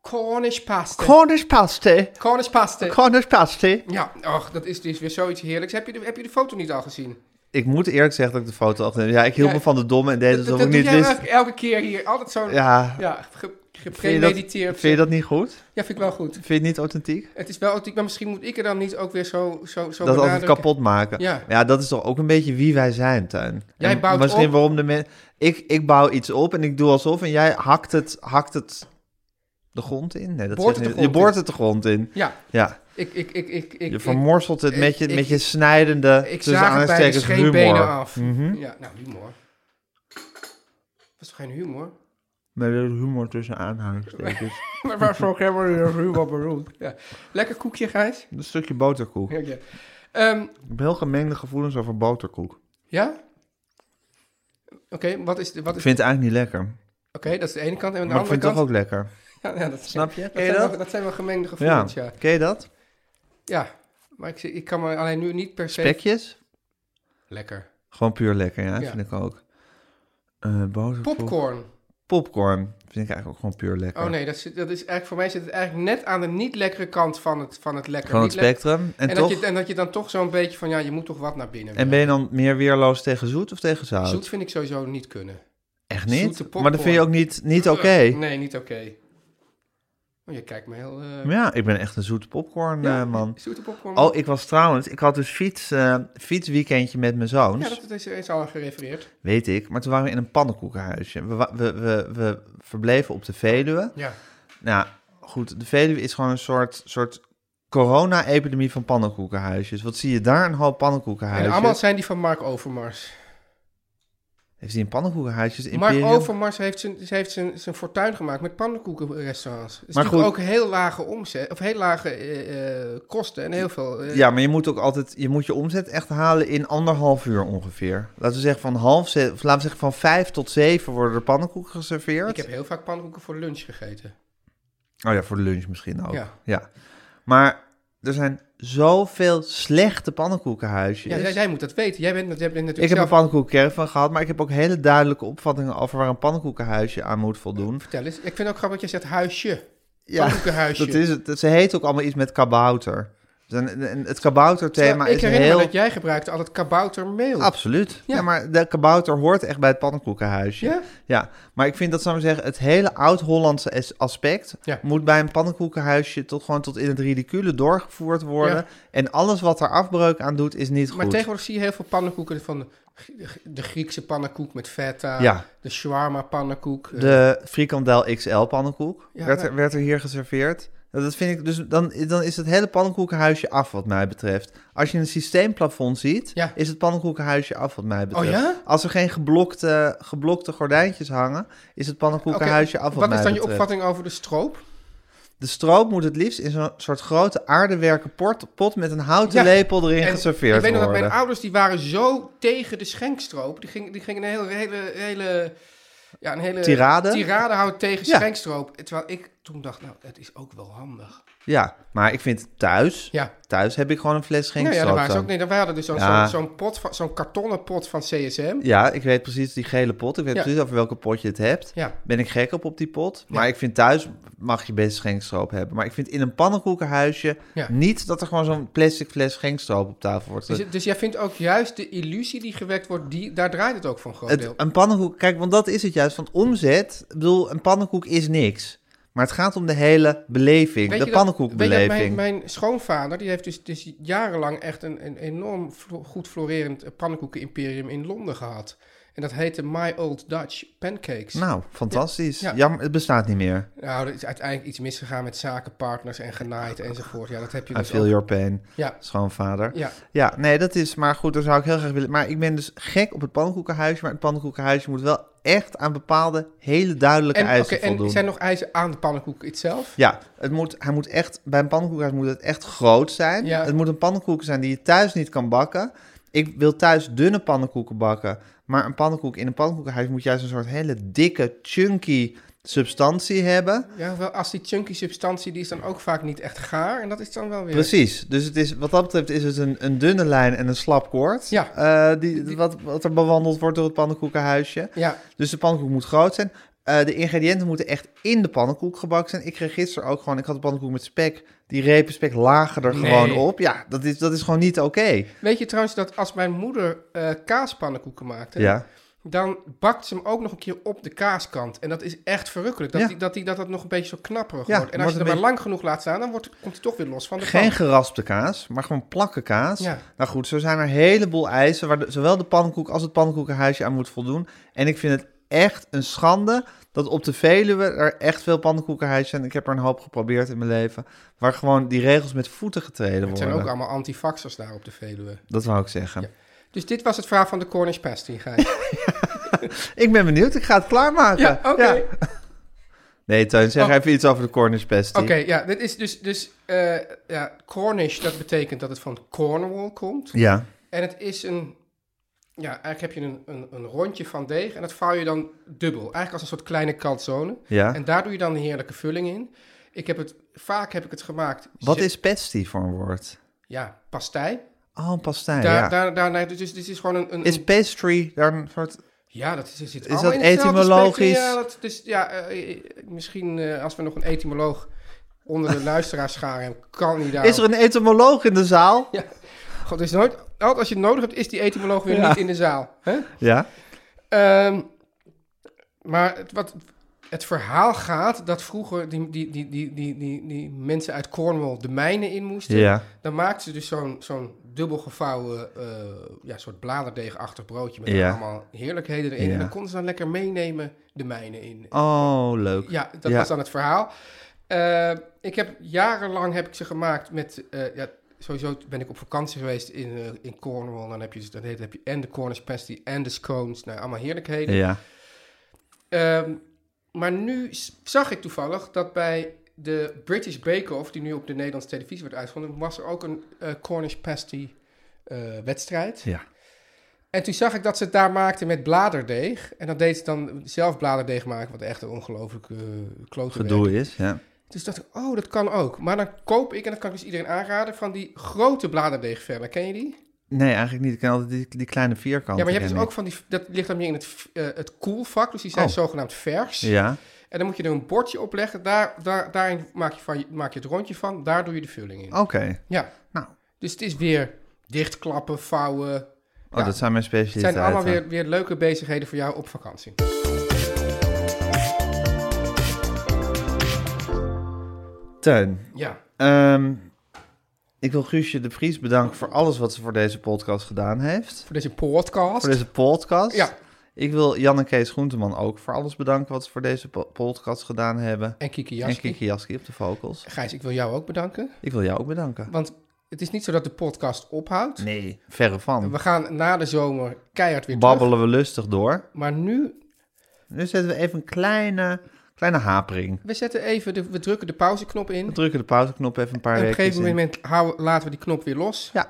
Speaker 2: Cornish pasty.
Speaker 1: Cornish pasty.
Speaker 2: Cornish pasty.
Speaker 1: Cornish pasty.
Speaker 2: ja, och, dat is dus weer zoiets heerlijks. Heb je de, heb je de foto niet al gezien?
Speaker 1: Ik moet eerlijk zeggen dat ik de foto afneem. Ja, ik hield
Speaker 2: Ja,
Speaker 1: me van de domme en deed
Speaker 2: dat
Speaker 1: alsof
Speaker 2: dat
Speaker 1: ik
Speaker 2: doe
Speaker 1: niet
Speaker 2: jij
Speaker 1: wist.
Speaker 2: elke, elke keer hier. Altijd zo'n ja.
Speaker 1: Ja,
Speaker 2: ge-
Speaker 1: vind je, dat,
Speaker 2: gepremediteerd.
Speaker 1: vind je dat niet goed?
Speaker 2: Ja, vind ik wel goed.
Speaker 1: Vind je het niet authentiek?
Speaker 2: Het is wel authentiek, maar misschien moet ik er dan niet ook weer zo zo, zo
Speaker 1: dat altijd
Speaker 2: benadrukken.
Speaker 1: kapot maken.
Speaker 2: Ja.
Speaker 1: dat is toch ook een beetje wie wij zijn, Tuin.
Speaker 2: Jij
Speaker 1: En
Speaker 2: bouwt
Speaker 1: misschien
Speaker 2: op.
Speaker 1: waarom de mensen... Ik, ik bouw iets op en ik doe alsof en jij hakt het, hakt het de grond in. Nee, dat
Speaker 2: Boort
Speaker 1: zegt
Speaker 2: het de
Speaker 1: niet-
Speaker 2: grond
Speaker 1: je boort
Speaker 2: in.
Speaker 1: het de grond in.
Speaker 2: Ja,
Speaker 1: Ja,
Speaker 2: ik, ik, ik, ik, ik,
Speaker 1: je
Speaker 2: ik,
Speaker 1: vermorselt het
Speaker 2: ik-
Speaker 1: met, je,
Speaker 2: ik-
Speaker 1: met je snijdende,
Speaker 2: ik
Speaker 1: tussen
Speaker 2: zaag het bij de
Speaker 1: aanstekens, humor.
Speaker 2: scheenbenen af.
Speaker 1: Mhm.
Speaker 2: Ja, nou, humor. Dat is toch geen humor?
Speaker 1: Met de humor tussen aanhalingstekens.
Speaker 2: Maar waarvoor hebben we hier humor beroemd? Ja. Lekker koekje, Gijs.
Speaker 1: een stukje boterkoek.
Speaker 2: Ja, ja. Ehm,
Speaker 1: Ik heb heel gemengde gevoelens over boterkoek.
Speaker 2: ja? Oké, wat is... De, wat
Speaker 1: Ik
Speaker 2: is
Speaker 1: vind het eigenlijk niet lekker.
Speaker 2: Oké, dat is de ene kant. En aan de
Speaker 1: Maar ik
Speaker 2: andere
Speaker 1: vind het
Speaker 2: kant...
Speaker 1: toch ook lekker.
Speaker 2: Ja, ja, dat
Speaker 1: Snap je?
Speaker 2: Dat
Speaker 1: Ken je
Speaker 2: zijn,
Speaker 1: dat?
Speaker 2: Wel, dat zijn wel gemengde
Speaker 1: Ja,
Speaker 2: gevoelens, ja. Ja,
Speaker 1: ken je dat?
Speaker 2: maar ik, zie- ik kan me alleen nu niet per se...
Speaker 1: Spekjes?
Speaker 2: Lekker.
Speaker 1: Gewoon puur lekker, ja,
Speaker 2: Ja.
Speaker 1: vind ik ook. Eh boterkoek.
Speaker 2: Popcorn.
Speaker 1: Popcorn vind ik eigenlijk ook gewoon puur lekker.
Speaker 2: Oh nee, dat, zit- dat is eigenlijk, voor mij zit het eigenlijk net aan de niet lekkere kant van het, van het lekker.
Speaker 1: Gewoon het
Speaker 2: Niet le-
Speaker 1: spectrum. En,
Speaker 2: En,
Speaker 1: toch,
Speaker 2: dat je, en dat je dan toch zo'n beetje van, ja, je moet toch wat naar binnen.
Speaker 1: en ben je dan meer weerloos tegen zoet of tegen zout?
Speaker 2: Zoet vind ik sowieso niet kunnen.
Speaker 1: Echt
Speaker 2: zoete
Speaker 1: niet?
Speaker 2: popcorn.
Speaker 1: maar dat vind je ook niet, niet oké.
Speaker 2: Nee, niet oké. Oh, je kijkt me heel... eh,
Speaker 1: Maar ja, ik ben echt een zoete popcorn
Speaker 2: ja,
Speaker 1: eh, man.
Speaker 2: Zoete popcorn.
Speaker 1: Oh, ik was trouwens, ik had dus fiets, eh, fietsweekendje met mijn zoons.
Speaker 2: ja, dat is, eh, is al aan gerefereerd.
Speaker 1: Weet ik. Maar toen waren we in een pannenkoekenhuisje. We, wa- we, we, we verbleven op de Veluwe.
Speaker 2: Ja.
Speaker 1: Nou, goed, de Veluwe is gewoon een soort, soort corona-epidemie van pannenkoekenhuisjes. Wat zie je daar? Een hoop
Speaker 2: En
Speaker 1: pannenkoekenhuisjes.
Speaker 2: allemaal zijn die van Mark Overmars.
Speaker 1: Heeft hij een pannenkoekenhuisjes in
Speaker 2: Mark Overmars heeft zijn, heeft zijn, zijn fortuin gemaakt met pannenkoekenrestaurants. Het is
Speaker 1: Maar
Speaker 2: natuurlijk
Speaker 1: goed.
Speaker 2: ook heel lage omzet, of heel lage eh, eh, kosten en heel veel... eh,
Speaker 1: Ja, maar je moet ook altijd je, moet je omzet echt halen in anderhalf uur ongeveer. Laten we zeggen van half ze- of laten we zeggen van vijf tot zeven worden er pannenkoeken geserveerd.
Speaker 2: Ik heb heel vaak pannenkoeken voor lunch gegeten.
Speaker 1: Oh ja, voor de lunch misschien ook. Ja.
Speaker 2: Ja.
Speaker 1: Maar er zijn zoveel slechte pannenkoekenhuisjes.
Speaker 2: Ja, jij, jij moet dat weten. Jij bent, jij bent natuurlijk
Speaker 1: ik heb een
Speaker 2: zelf...
Speaker 1: pannenkoekencaravan gehad, maar ik heb ook hele duidelijke opvattingen over waar een pannenkoekenhuisje aan moet voldoen.
Speaker 2: Vertel eens. Ik vind het ook grappig dat je zegt huisje.
Speaker 1: Ja,
Speaker 2: Pannenkoekenhuisje.
Speaker 1: dat is het. Ze heet ook allemaal iets met kabouter. Dus een- een- Het kabouterthema
Speaker 2: Nou, ik
Speaker 1: is
Speaker 2: herinner
Speaker 1: heel... Ah,
Speaker 2: me dat jij gebruikte altijd kaboutermeel.
Speaker 1: Absoluut. Ja.
Speaker 2: Ja.
Speaker 1: maar de kabouter hoort echt bij het pannenkoekenhuisje.
Speaker 2: Ja?
Speaker 1: maar ik vind dat, zou ik maar zeggen, het hele oud-Hollandse es- aspect
Speaker 2: Ja.
Speaker 1: moet bij een pannenkoekenhuisje tot gewoon tot in het ridicule doorgevoerd worden.
Speaker 2: Ja.
Speaker 1: En alles wat er afbreuk aan doet, is niet
Speaker 2: Maar
Speaker 1: goed.
Speaker 2: tegenwoordig zie je heel veel pannenkoeken van de, de Griekse pannenkoek met feta,
Speaker 1: Ja.
Speaker 2: de shawarma pannenkoek. eh,
Speaker 1: De frikandel XL pannenkoek
Speaker 2: Ja,
Speaker 1: werd,
Speaker 2: ja.
Speaker 1: er, werd er hier geserveerd. Nou, Dat vind ik dus, dan, dan is het hele pannenkoekenhuisje af, wat mij betreft. Als je een systeemplafond ziet,
Speaker 2: Ja.
Speaker 1: is het pannenkoekenhuisje af, wat mij betreft.
Speaker 2: Oh ja?
Speaker 1: Als er geen geblokte, geblokte gordijntjes hangen, is het
Speaker 2: Oké,
Speaker 1: pannenkoekenhuisje af, wat,
Speaker 2: Wat
Speaker 1: mij
Speaker 2: is dan je
Speaker 1: betreft.
Speaker 2: opvatting over de stroop?
Speaker 1: De stroop moet het liefst in zo'n soort grote aardewerken port, pot met een houten
Speaker 2: Ja.
Speaker 1: lepel erin
Speaker 2: En
Speaker 1: geserveerd
Speaker 2: ik weet nog dat
Speaker 1: worden.
Speaker 2: mijn ouders die waren zo tegen de schenkstroop. Die gingen, die gingen een hele, hele, hele, ja, een hele
Speaker 1: Tirade?
Speaker 2: tirade houden tegen
Speaker 1: Ja.
Speaker 2: schenkstroop. Terwijl ik toen dacht, nou, het is ook wel handig.
Speaker 1: Ja, maar ik vind thuis,
Speaker 2: Ja.
Speaker 1: thuis heb ik gewoon een fles
Speaker 2: Nou ja, daar
Speaker 1: schenkstroop
Speaker 2: waren ze
Speaker 1: dan.
Speaker 2: ook. Nee, daar- wij hadden dus zo'n
Speaker 1: Ja.
Speaker 2: zo'n- zo'n pot van- zo'n kartonnen pot van CSM.
Speaker 1: Ja, ik weet precies die gele pot. Ik weet
Speaker 2: Ja.
Speaker 1: precies over welke pot je het hebt.
Speaker 2: Ja.
Speaker 1: Ben ik gek op op die pot. Maar ik vind thuis mag je best schenkstroop hebben. Maar ik vind in een pannenkoekenhuisje
Speaker 2: Ja.
Speaker 1: niet dat er gewoon zo'n plastic fles schenkstroop op tafel wordt.
Speaker 2: Dus, dus jij vindt ook juist de illusie die gewekt wordt, die, daar draait het ook voor een groot
Speaker 1: Het,
Speaker 2: deel.
Speaker 1: een pannenkoek, kijk, want dat is het juist van omzet. Ik bedoel, een pannenkoek is niks. Maar het gaat om de hele beleving,
Speaker 2: Weet
Speaker 1: de
Speaker 2: je dat-
Speaker 1: pannenkoekbeleving.
Speaker 2: Weet je dat mijn, mijn schoonvader, die heeft dus, dus jarenlang echt een, een enorm flo- goed florerend eh, pannenkoeken-imperium in Londen gehad. En dat heette My Old Dutch Pancakes. Nou,
Speaker 1: Nou, fantastisch.
Speaker 2: Ja.
Speaker 1: Jammer, het bestaat niet meer.
Speaker 2: er is uiteindelijk iets misgegaan met zakenpartners en genaaid enzovoort. Ja, dat heb je
Speaker 1: I
Speaker 2: dus
Speaker 1: feel
Speaker 2: ook.
Speaker 1: your pain,
Speaker 2: Ja,
Speaker 1: schoonvader.
Speaker 2: ja.
Speaker 1: Ja, nee, dat is. Maar goed, daar zou ik heel graag willen. Maar ik ben dus gek op het pannenkoekenhuisje. Maar het pannenkoekenhuisje moet wel echt aan bepaalde hele duidelijke
Speaker 2: En,
Speaker 1: eisen
Speaker 2: oké, en
Speaker 1: voldoen.
Speaker 2: zijn nog eisen aan de pannenkoek itself?
Speaker 1: Ja, het moet, hij moet echt, bij een pannenkoekhuis moet het echt groot zijn.
Speaker 2: Ja.
Speaker 1: Het moet een pannenkoek zijn die je thuis niet kan bakken. Ik wil thuis dunne pannenkoeken bakken. Maar een pannenkoek in een pannenkoekenhuis moet juist een soort hele dikke, chunky substantie hebben.
Speaker 2: Ja, hoewel als die chunky substantie, die is dan ook vaak niet echt gaar. En dat is dan wel weer...
Speaker 1: Precies. Dus het is, wat dat betreft is het een, een dunne lijn en een slap koord.
Speaker 2: Ja.
Speaker 1: Eh, die, wat, wat er bewandeld wordt door het pannenkoekenhuisje.
Speaker 2: Ja,
Speaker 1: Dus de pannenkoek moet groot zijn. Eh, de ingrediënten moeten echt in de pannenkoek gebakken zijn. Ik kreeg gisteren ook gewoon... Ik had een pannenkoek met spek. Die repen spek lagen er
Speaker 2: Nee.
Speaker 1: gewoon op. Ja, dat is, dat is gewoon niet oké.
Speaker 2: weet je trouwens dat als mijn moeder eh, kaaspannenkoeken maakte...
Speaker 1: Ja.
Speaker 2: dan bakt ze hem ook nog een keer op de kaaskant. En dat is echt verrukkelijk. Dat
Speaker 1: Ja.
Speaker 2: die, dat, die, dat, dat nog een beetje zo knapperig
Speaker 1: Ja,
Speaker 2: wordt. En als
Speaker 1: wordt
Speaker 2: je
Speaker 1: een
Speaker 2: het maar
Speaker 1: beetje-
Speaker 2: lang genoeg laat staan, dan wordt, komt hij toch weer los van de
Speaker 1: Geen
Speaker 2: pan.
Speaker 1: geraspte kaas, maar gewoon plakken kaas.
Speaker 2: Ja.
Speaker 1: Nou goed, zo zijn er een heleboel eisen... waar de- zowel de pannenkoek als het pannenkoekenhuisje aan moet voldoen. En ik vind het echt een schande... dat op de Veluwe er echt veel pannenkoekenhuisjes zijn. Ik heb er een hoop geprobeerd in mijn leven... waar gewoon die regels met voeten getreden
Speaker 2: Het
Speaker 1: worden.
Speaker 2: zijn ook allemaal antifaxers daar op de Veluwe.
Speaker 1: Dat wou ik zeggen.
Speaker 2: Dus dit was het verhaal van de Cornish pasty, Gijs.
Speaker 1: Ik ben benieuwd, ik ga het klaarmaken.
Speaker 2: ja, oké.
Speaker 1: Ja. Nee, Teun, zeg
Speaker 2: Oh.
Speaker 1: even iets over de Cornish pasty.
Speaker 2: Oké, ja, dit is dus, dus eh, ja, Cornish, dat betekent dat het van Cornwall komt.
Speaker 1: Ja,
Speaker 2: En het is een, ja, eigenlijk heb je een, een, een rondje van deeg en dat vouw je dan dubbel. Eigenlijk als een soort kleine calzone.
Speaker 1: ja.
Speaker 2: En daar doe je dan een heerlijke vulling in. Ik heb het, vaak heb ik het gemaakt.
Speaker 1: Wat
Speaker 2: ze-
Speaker 1: is pasty voor een woord?
Speaker 2: Ja, pastei.
Speaker 1: Oh, een pastei,
Speaker 2: Daar,
Speaker 1: ja.
Speaker 2: daar, daar, nee, dus, dus dit is gewoon een... een
Speaker 1: Is pastry daar een soort...
Speaker 2: ja, dat is, is, is
Speaker 1: dat etymologisch?
Speaker 2: Ja, dat, dus, ja eh, eh, misschien eh, als we nog een etymoloog onder de luisteraars scharen, kan die daar...
Speaker 1: Is er een etymoloog in de zaal?
Speaker 2: Ja. God, er is nooit, altijd als je het nodig hebt, is die etymoloog weer
Speaker 1: Ja.
Speaker 2: niet in de zaal. Hè?
Speaker 1: Ja.
Speaker 2: Ehm, maar het, wat, het verhaal gaat dat vroeger die, die, die, die, die, die, die mensen uit Cornwall de mijnen in moesten.
Speaker 1: Ja.
Speaker 2: Dan maakten ze dus zo'n zo'n dubbelgevouwen eh ja, soort bladerdeegachtig broodje met
Speaker 1: Ja.
Speaker 2: allemaal heerlijkheden erin.
Speaker 1: Ja.
Speaker 2: En dan konden ze dan lekker meenemen de mijnen in.
Speaker 1: Oh, leuk.
Speaker 2: Ja, dat
Speaker 1: Ja.
Speaker 2: was dan het verhaal. Eh, ik heb jarenlang heb ik ze gemaakt met... eh, ja, sowieso ben ik op vakantie geweest in, eh, in Cornwall. Dan heb je, dus- dan heb je en de Cornish pasty en de scones. Nou, allemaal heerlijkheden.
Speaker 1: Ja.
Speaker 2: Ehm, maar nu s- zag ik toevallig dat bij de British Bake Off, die nu op de Nederlandse televisie wordt uitgezonden, was er ook een eh, Cornish pasty eh, wedstrijd.
Speaker 1: Ja.
Speaker 2: En toen zag ik dat ze het daar maakten met bladerdeeg. En dan deed ze dan zelf bladerdeeg maken, wat echt een ongelooflijk eh klote werk.
Speaker 1: Gedoe is, ja.
Speaker 2: Dus dacht ik, oh, dat kan ook. Maar dan koop ik, en dat kan ik dus iedereen aanraden, van die grote bladerdeegvellen. Ken je die?
Speaker 1: Nee, eigenlijk niet. Ik ken altijd die, die kleine vierkante.
Speaker 2: ja, maar je
Speaker 1: ken
Speaker 2: hebt dus
Speaker 1: ik.
Speaker 2: ook van die, dat ligt dan meer in het, v- eh, het koelvak. Dus die zijn
Speaker 1: Oh.
Speaker 2: zogenaamd vers.
Speaker 1: Ja.
Speaker 2: En dan moet je er een bordje op leggen. Daar, daar, daarin maak je, van, maak je het rondje van. Daar doe je de vulling in.
Speaker 1: Oké.
Speaker 2: Ja.
Speaker 1: Nou.
Speaker 2: Dus het is weer dichtklappen, vouwen.
Speaker 1: Oh,
Speaker 2: Ja.
Speaker 1: dat zijn mijn
Speaker 2: Het
Speaker 1: specialiteiten.
Speaker 2: zijn allemaal weer, weer leuke bezigheden voor jou op vakantie.
Speaker 1: Teun,
Speaker 2: Ja.
Speaker 1: ehm, ik wil Guusje de Vries bedanken voor alles wat ze voor deze podcast gedaan heeft.
Speaker 2: Voor deze podcast.
Speaker 1: Voor deze podcast.
Speaker 2: Ja.
Speaker 1: Ik wil Jan en Kees Groenteman ook voor alles bedanken wat ze voor deze po- podcast gedaan hebben.
Speaker 2: En Kiki
Speaker 1: En
Speaker 2: Jaski.
Speaker 1: Kiki Jaski op de vocals.
Speaker 2: Gijs, ik wil jou ook bedanken.
Speaker 1: Ik wil jou ook bedanken.
Speaker 2: Want het is niet zo dat de podcast ophoudt.
Speaker 1: Nee, verre
Speaker 2: We
Speaker 1: van.
Speaker 2: gaan na de zomer keihard weer terug.
Speaker 1: Babbelen we lustig door.
Speaker 2: Maar nu,
Speaker 1: Nu zetten we even een kleine, kleine hapering.
Speaker 2: we zetten even, de, we drukken de pauzeknop in.
Speaker 1: We drukken de pauzeknop even een paar
Speaker 2: en op een
Speaker 1: weken.
Speaker 2: gegeven moment houden, laten we die knop weer los.
Speaker 1: Ja,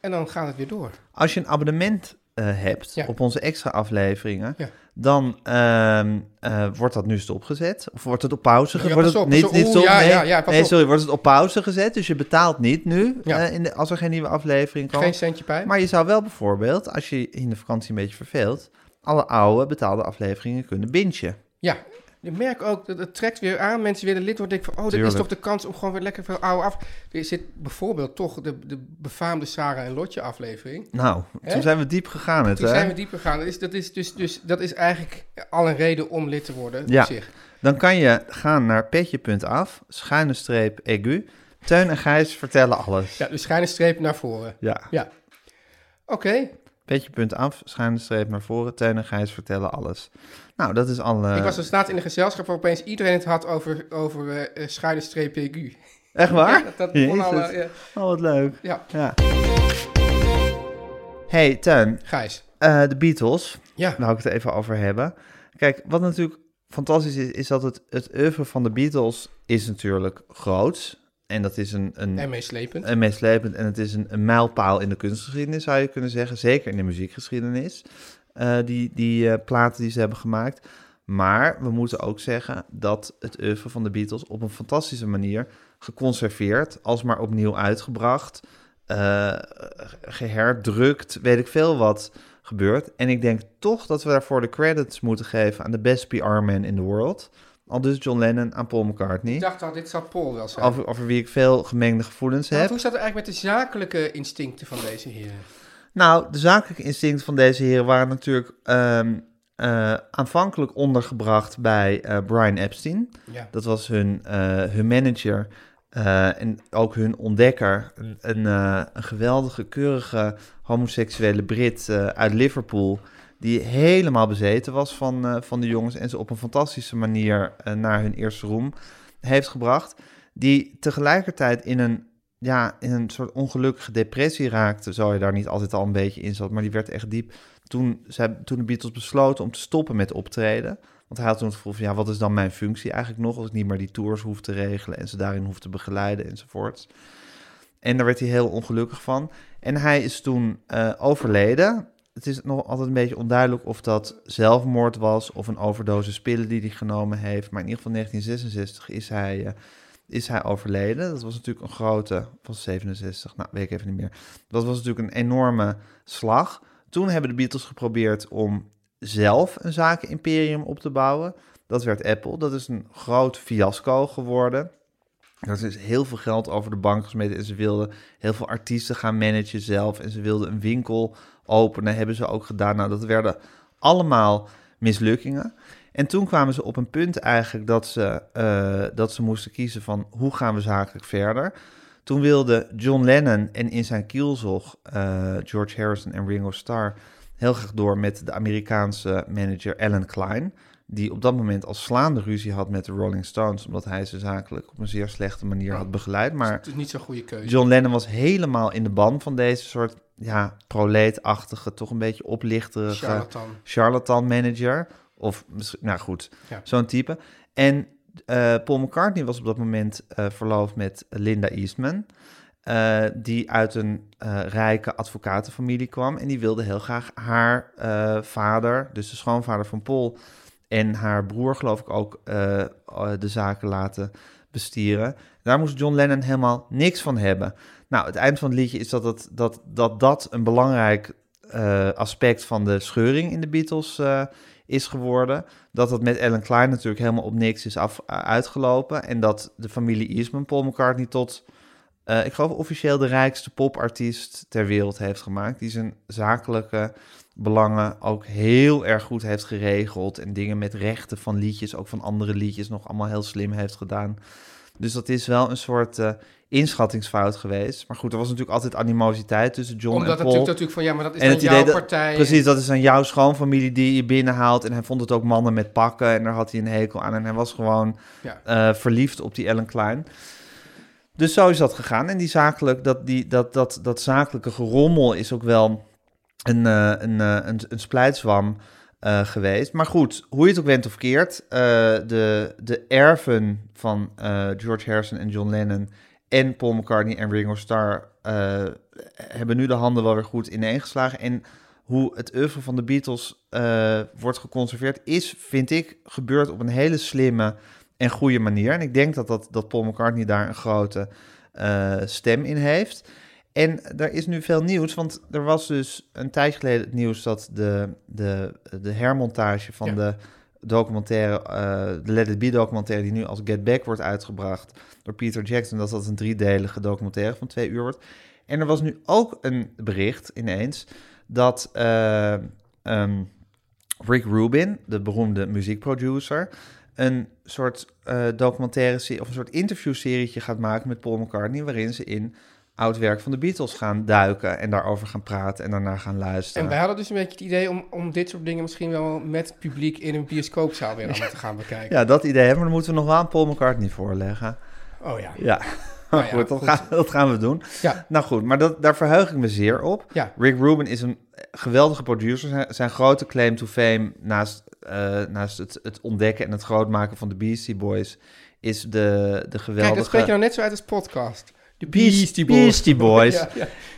Speaker 2: En dan gaat het weer door.
Speaker 1: als je een abonnement eh, hebt
Speaker 2: Ja.
Speaker 1: op onze extra afleveringen,
Speaker 2: Ja.
Speaker 1: dan ehm, eh, wordt dat nu stopgezet. Of wordt het op pauze
Speaker 2: Ja,
Speaker 1: gezet? Wordt
Speaker 2: pas
Speaker 1: het
Speaker 2: op,
Speaker 1: niet,
Speaker 2: pas op.
Speaker 1: niet
Speaker 2: Oeh,
Speaker 1: stop,
Speaker 2: ja,
Speaker 1: nee,
Speaker 2: ja, ja, pas
Speaker 1: nee,
Speaker 2: op.
Speaker 1: sorry, wordt het op pauze gezet. Dus je betaalt niet nu
Speaker 2: Ja.
Speaker 1: eh, in de, als er geen nieuwe aflevering komt.
Speaker 2: Geen centje bij.
Speaker 1: Maar je zou wel bijvoorbeeld, als je je in de vakantie een beetje verveelt, alle oude betaalde afleveringen kunnen bingen.
Speaker 2: Ja, Je merkt ook, dat het trekt weer aan. Mensen willen lid worden. Ik van, oh, dit is
Speaker 1: Tuurlijk.
Speaker 2: toch de kans om gewoon weer lekker veel oude af... Er zit bijvoorbeeld toch de, de befaamde Sarah en Lotje aflevering.
Speaker 1: Nou,
Speaker 2: Hè?
Speaker 1: toen zijn we diep gegaan het,
Speaker 2: Toen
Speaker 1: hè?
Speaker 2: zijn we dieper gegaan. Dat is, dat, is dus, dus, dat is eigenlijk al een reden om lid te worden
Speaker 1: Ja.
Speaker 2: op zich.
Speaker 1: Dan kan je gaan naar petje.af, schuine streep egu. Teun en Gijs vertellen alles.
Speaker 2: Ja, dus schuine streep naar voren.
Speaker 1: Ja.
Speaker 2: Ja. Oké.
Speaker 1: Petje.af, schuine streep naar voren. Teun en Gijs vertellen alles. Nou, dat is al... eh,
Speaker 2: Ik was dus laatst in een gezelschap waar opeens iedereen het had over, over eh, eh, schuine streep PQ.
Speaker 1: Echt waar?
Speaker 2: Dat, dat begon
Speaker 1: Jezus.
Speaker 2: al, eh, ja.
Speaker 1: Oh, wat leuk.
Speaker 2: ja,
Speaker 1: Ja. Hey, Teun.
Speaker 2: Gijs.
Speaker 1: eh, de Beatles.
Speaker 2: Ja.
Speaker 1: Daar wil ik het even over hebben. Kijk, wat natuurlijk fantastisch is, is dat het, het oeuvre van de Beatles is natuurlijk groot. En dat is een, een,
Speaker 2: En meeslepend.
Speaker 1: en eh, meeslepend. En het is een, een mijlpaal in de kunstgeschiedenis, zou je kunnen zeggen. Zeker in de muziekgeschiedenis. eh, die die eh, platen die ze hebben gemaakt. Maar we moeten ook zeggen dat het oeuvre van de Beatles op een fantastische manier geconserveerd, alsmaar opnieuw uitgebracht, eh, geherdrukt, weet ik veel wat gebeurt. En ik denk toch dat we daarvoor de credits moeten geven aan de best PR-man in the world. Al dus John Lennon aan Paul McCartney.
Speaker 2: Ik dacht al, dit zou Paul wel zijn.
Speaker 1: Over, over wie ik veel gemengde gevoelens
Speaker 2: Want
Speaker 1: heb.
Speaker 2: hoe staat het eigenlijk met de zakelijke instincten van deze heren?
Speaker 1: Nou, de zakelijke instincten van deze heren waren natuurlijk ehm, eh, aanvankelijk ondergebracht bij eh, Brian Epstein.
Speaker 2: Ja.
Speaker 1: Dat was hun, eh, hun manager eh, en ook hun ontdekker. Een, een, eh, een geweldige, keurige homoseksuele Brit eh, uit Liverpool. Die helemaal bezeten was van, eh, van de jongens. En ze op een fantastische manier eh, naar hun eerste roem heeft gebracht. Die tegelijkertijd in een, ja, in een soort ongelukkige depressie raakte. Zo je daar niet altijd al een beetje in zat. Maar die werd echt diep. Toen, zij, toen de Beatles besloten om te stoppen met optreden. Want hij had toen het gevoel van, ja, wat is dan mijn functie eigenlijk nog... als ik niet meer die tours hoef te regelen en ze daarin hoef te begeleiden enzovoorts. En daar werd hij heel ongelukkig van. En hij is toen eh, overleden. Het is nog altijd een beetje onduidelijk of dat zelfmoord was... of een overdosis pillen die hij genomen heeft. Maar in ieder geval 1966 is hij, eh, is hij overleden. Dat was natuurlijk een grote... was 67, nou, weet ik even niet meer. Dat was natuurlijk een enorme slag. Toen hebben de Beatles geprobeerd om zelf een zakenimperium op te bouwen. Dat werd Apple. Dat is een groot fiasco geworden. Er is dus heel veel geld over de bank gesmeten. En ze wilden heel veel artiesten gaan managen zelf. En ze wilden een winkel openen. Hebben ze ook gedaan. Nou, dat werden allemaal mislukkingen. En toen kwamen ze op een punt eigenlijk dat ze, eh, dat ze moesten kiezen van hoe gaan we zakelijk verder. Toen wilden John Lennon en in zijn kielzog eh, George Harrison en Ringo Starr heel graag door met de Amerikaanse manager Alan Klein. Die op dat moment al slaande ruzie had met de Rolling Stones, omdat hij ze zakelijk op een zeer slechte manier had begeleid. Maar
Speaker 2: Het is niet zo'n goede keuze.
Speaker 1: John Lennon was helemaal in de ban van deze soort ja, proleetachtige, toch een beetje oplichterige
Speaker 2: Charlatan.
Speaker 1: charlatan manager. Of misschien, nou goed,
Speaker 2: Ja.
Speaker 1: zo'n type. En eh, Paul McCartney was op dat moment eh, verloofd met Linda Eastman. eh, die uit een eh, rijke advocatenfamilie kwam. En die wilde heel graag haar eh, vader, dus de schoonvader van Paul. En haar broer, geloof ik, ook eh, eh, de zaken laten bestieren. Daar moest John Lennon helemaal niks van hebben. Nou, het eind van het liedje is dat het, dat, dat, dat een belangrijk eh, aspect van de scheuring in de Beatles eh, is geworden. Dat dat met Alan Klein natuurlijk helemaal op niks is af, eh, uitgelopen. En dat de familie Eastman Paul McCartney tot, eh, ik geloof officieel de rijkste popartiest ter wereld heeft gemaakt. Die zijn zakelijke belangen ook heel erg goed heeft geregeld. En dingen met rechten van liedjes, ook van andere liedjes, nog allemaal heel slim heeft gedaan. Dus dat is wel een soort eh, inschattingsfout geweest. Maar goed, er was natuurlijk altijd animositeit tussen John
Speaker 2: Omdat
Speaker 1: en
Speaker 2: het
Speaker 1: Paul
Speaker 2: natuurlijk, natuurlijk van, ja, maar dat is
Speaker 1: en
Speaker 2: dan
Speaker 1: het idee
Speaker 2: jouw
Speaker 1: dat,
Speaker 2: partij.
Speaker 1: Precies, dat is aan jouw schoonfamilie die je binnenhaalt. En hij vond het ook mannen met pakken. En daar had hij een hekel aan. En hij was gewoon
Speaker 2: Ja.
Speaker 1: eh, verliefd op die Ellen Klein. Dus zo is dat gegaan. En die zakelijk, dat, die, dat, dat, dat zakelijke gerommel is ook wel een, eh, een, eh, een, een splijtswam eh, geweest. Maar goed, hoe je het ook went of keert, eh, de, de erven van eh, George Harrison en John Lennon en Paul McCartney en Ringo Starr eh, hebben nu de handen wel weer goed ineengeslagen. En hoe het oeuvre van de Beatles eh, wordt geconserveerd is, vind ik, gebeurd op een hele slimme en goede manier. En ik denk dat, dat, dat Paul McCartney daar een grote eh, stem in heeft. En er is nu veel nieuws, want er was dus een tijd geleden het nieuws dat de, de, de hermontage van
Speaker 2: Ja.
Speaker 1: de documentaire, eh, de Let It Be documentaire, die nu als Get Back wordt uitgebracht door Peter Jackson, dat dat een driedelige documentaire van twee uur wordt. En er was nu ook een bericht ineens dat eh, ehm, Rick Rubin, de beroemde muziekproducer, een soort eh, documentaire se- of een soort interviewserietje gaat maken met Paul McCartney, waarin ze in oud werk van de Beatles gaan duiken en daarover gaan praten en daarna gaan luisteren.
Speaker 2: En wij hadden dus een beetje het idee om, om dit soort dingen misschien wel met het publiek in een bioscoopzaal weer allemaal te gaan bekijken.
Speaker 1: Ja, dat idee hebben, maar dan moeten we nog wel aan Paul McCartney voorleggen.
Speaker 2: Oh ja.
Speaker 1: Ja,
Speaker 2: Nou ja,
Speaker 1: goed, dat,
Speaker 2: goed.
Speaker 1: Gaan, dat gaan we doen.
Speaker 2: Ja.
Speaker 1: Nou goed, maar dat, daar verheug ik me zeer op.
Speaker 2: Ja.
Speaker 1: Rick Rubin is een eh, geweldige producer. Zijn, zijn grote claim to fame naast, eh, naast het, het ontdekken en het grootmaken van de Beastie Boys... is de, de geweldige...
Speaker 2: Kijk, dat spreek je nou net zo uit als podcast. De
Speaker 1: Beastie Boys. Beastie Boys.
Speaker 2: Ja,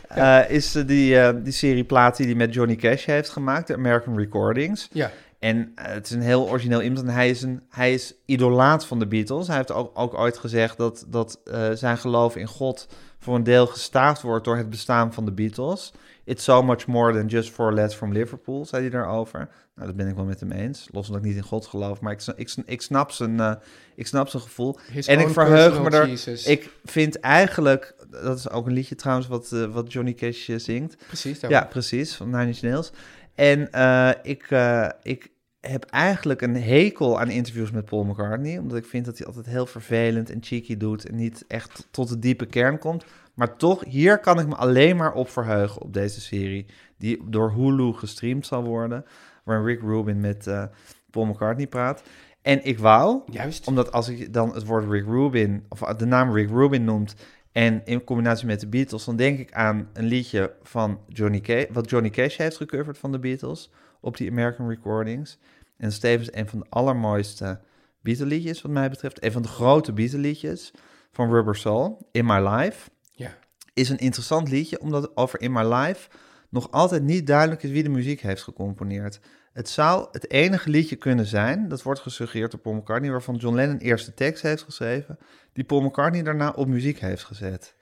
Speaker 2: ja.
Speaker 1: Eh, is eh, die, eh, die serie plaat die hij met Johnny Cash heeft gemaakt, de American Recordings.
Speaker 2: Ja.
Speaker 1: En eh, het is een heel origineel iemand en hij is, een, hij is idolaat van de Beatles. Hij heeft ook, ook ooit gezegd dat, dat eh, zijn geloof in God voor een deel gestaafd wordt door het bestaan van de Beatles. It's so much more than just four lads from Liverpool, zei hij daarover. Nou, dat ben ik wel met hem eens. Los omdat ik niet in God geloof, maar ik, sna- ik, sna- ik, snap, zijn, eh, ik snap zijn gevoel.
Speaker 2: His
Speaker 1: en ik
Speaker 2: own
Speaker 1: verheug me
Speaker 2: personal
Speaker 1: er...
Speaker 2: Jesus.
Speaker 1: Ik vind eigenlijk... Dat is ook een liedje trouwens wat, eh, wat Johnny Cash eh, zingt.
Speaker 2: Precies.
Speaker 1: Ja, precies, van Nine Inch Nails. En eh, ik, eh, ik heb eigenlijk een hekel aan interviews met Paul McCartney, omdat ik vind dat hij altijd heel vervelend en cheeky doet en niet echt tot de diepe kern komt. Maar toch, hier kan ik me alleen maar op verheugen op deze serie, die door Hulu gestreamd zal worden, waar Rick Rubin met eh, Paul McCartney praat. En ik wou,
Speaker 2: Juist.
Speaker 1: omdat als ik dan het woord Rick Rubin, of de naam Rick Rubin noemt, en in combinatie met de Beatles, dan denk ik aan een liedje van Johnny Cash, wat Johnny Cash heeft gecoverd van de Beatles, op die American Recordings. En Stevens, een van de allermooiste Beatle liedjes wat mij betreft, een van de grote Beatle liedjes van Rubber Soul, In My Life
Speaker 2: Ja.
Speaker 1: is een interessant liedje, omdat over In My Life nog altijd niet duidelijk is wie de muziek heeft gecomponeerd. Het zou het enige liedje kunnen zijn, dat wordt gesuggereerd door Paul McCartney, waarvan John Lennon eerst de tekst heeft geschreven, die Paul McCartney daarna op muziek heeft gezet.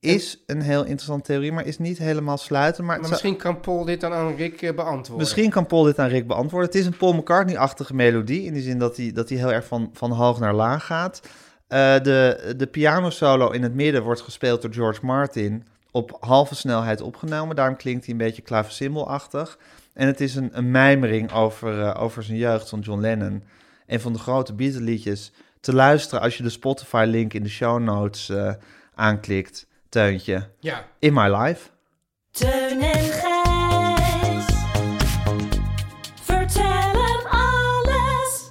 Speaker 1: Is een heel interessante theorie, maar is niet helemaal sluiten. Maar, het
Speaker 2: Maar
Speaker 1: zou-
Speaker 2: misschien kan Paul dit dan aan Rick eh, beantwoorden.
Speaker 1: Misschien kan Paul dit aan Rick beantwoorden. Het is een Paul McCartney-achtige melodie. In de zin dat hij, dat hij heel erg van, van hoog naar laag gaat. Eh, de, de pianosolo in het midden wordt gespeeld door George Martin. Op halve snelheid opgenomen. Daarom klinkt hij een beetje klavecimbalachtig. En het is een, een mijmering over, eh, over zijn jeugd van John Lennon. En van de grote Beatle-liedjes. Te luisteren als je de Spotify-link in de show notes eh, aanklikt. Teuntje.
Speaker 2: Ja.
Speaker 1: In my life.
Speaker 5: Teun en Gijs. Vertel hem alles.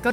Speaker 7: Go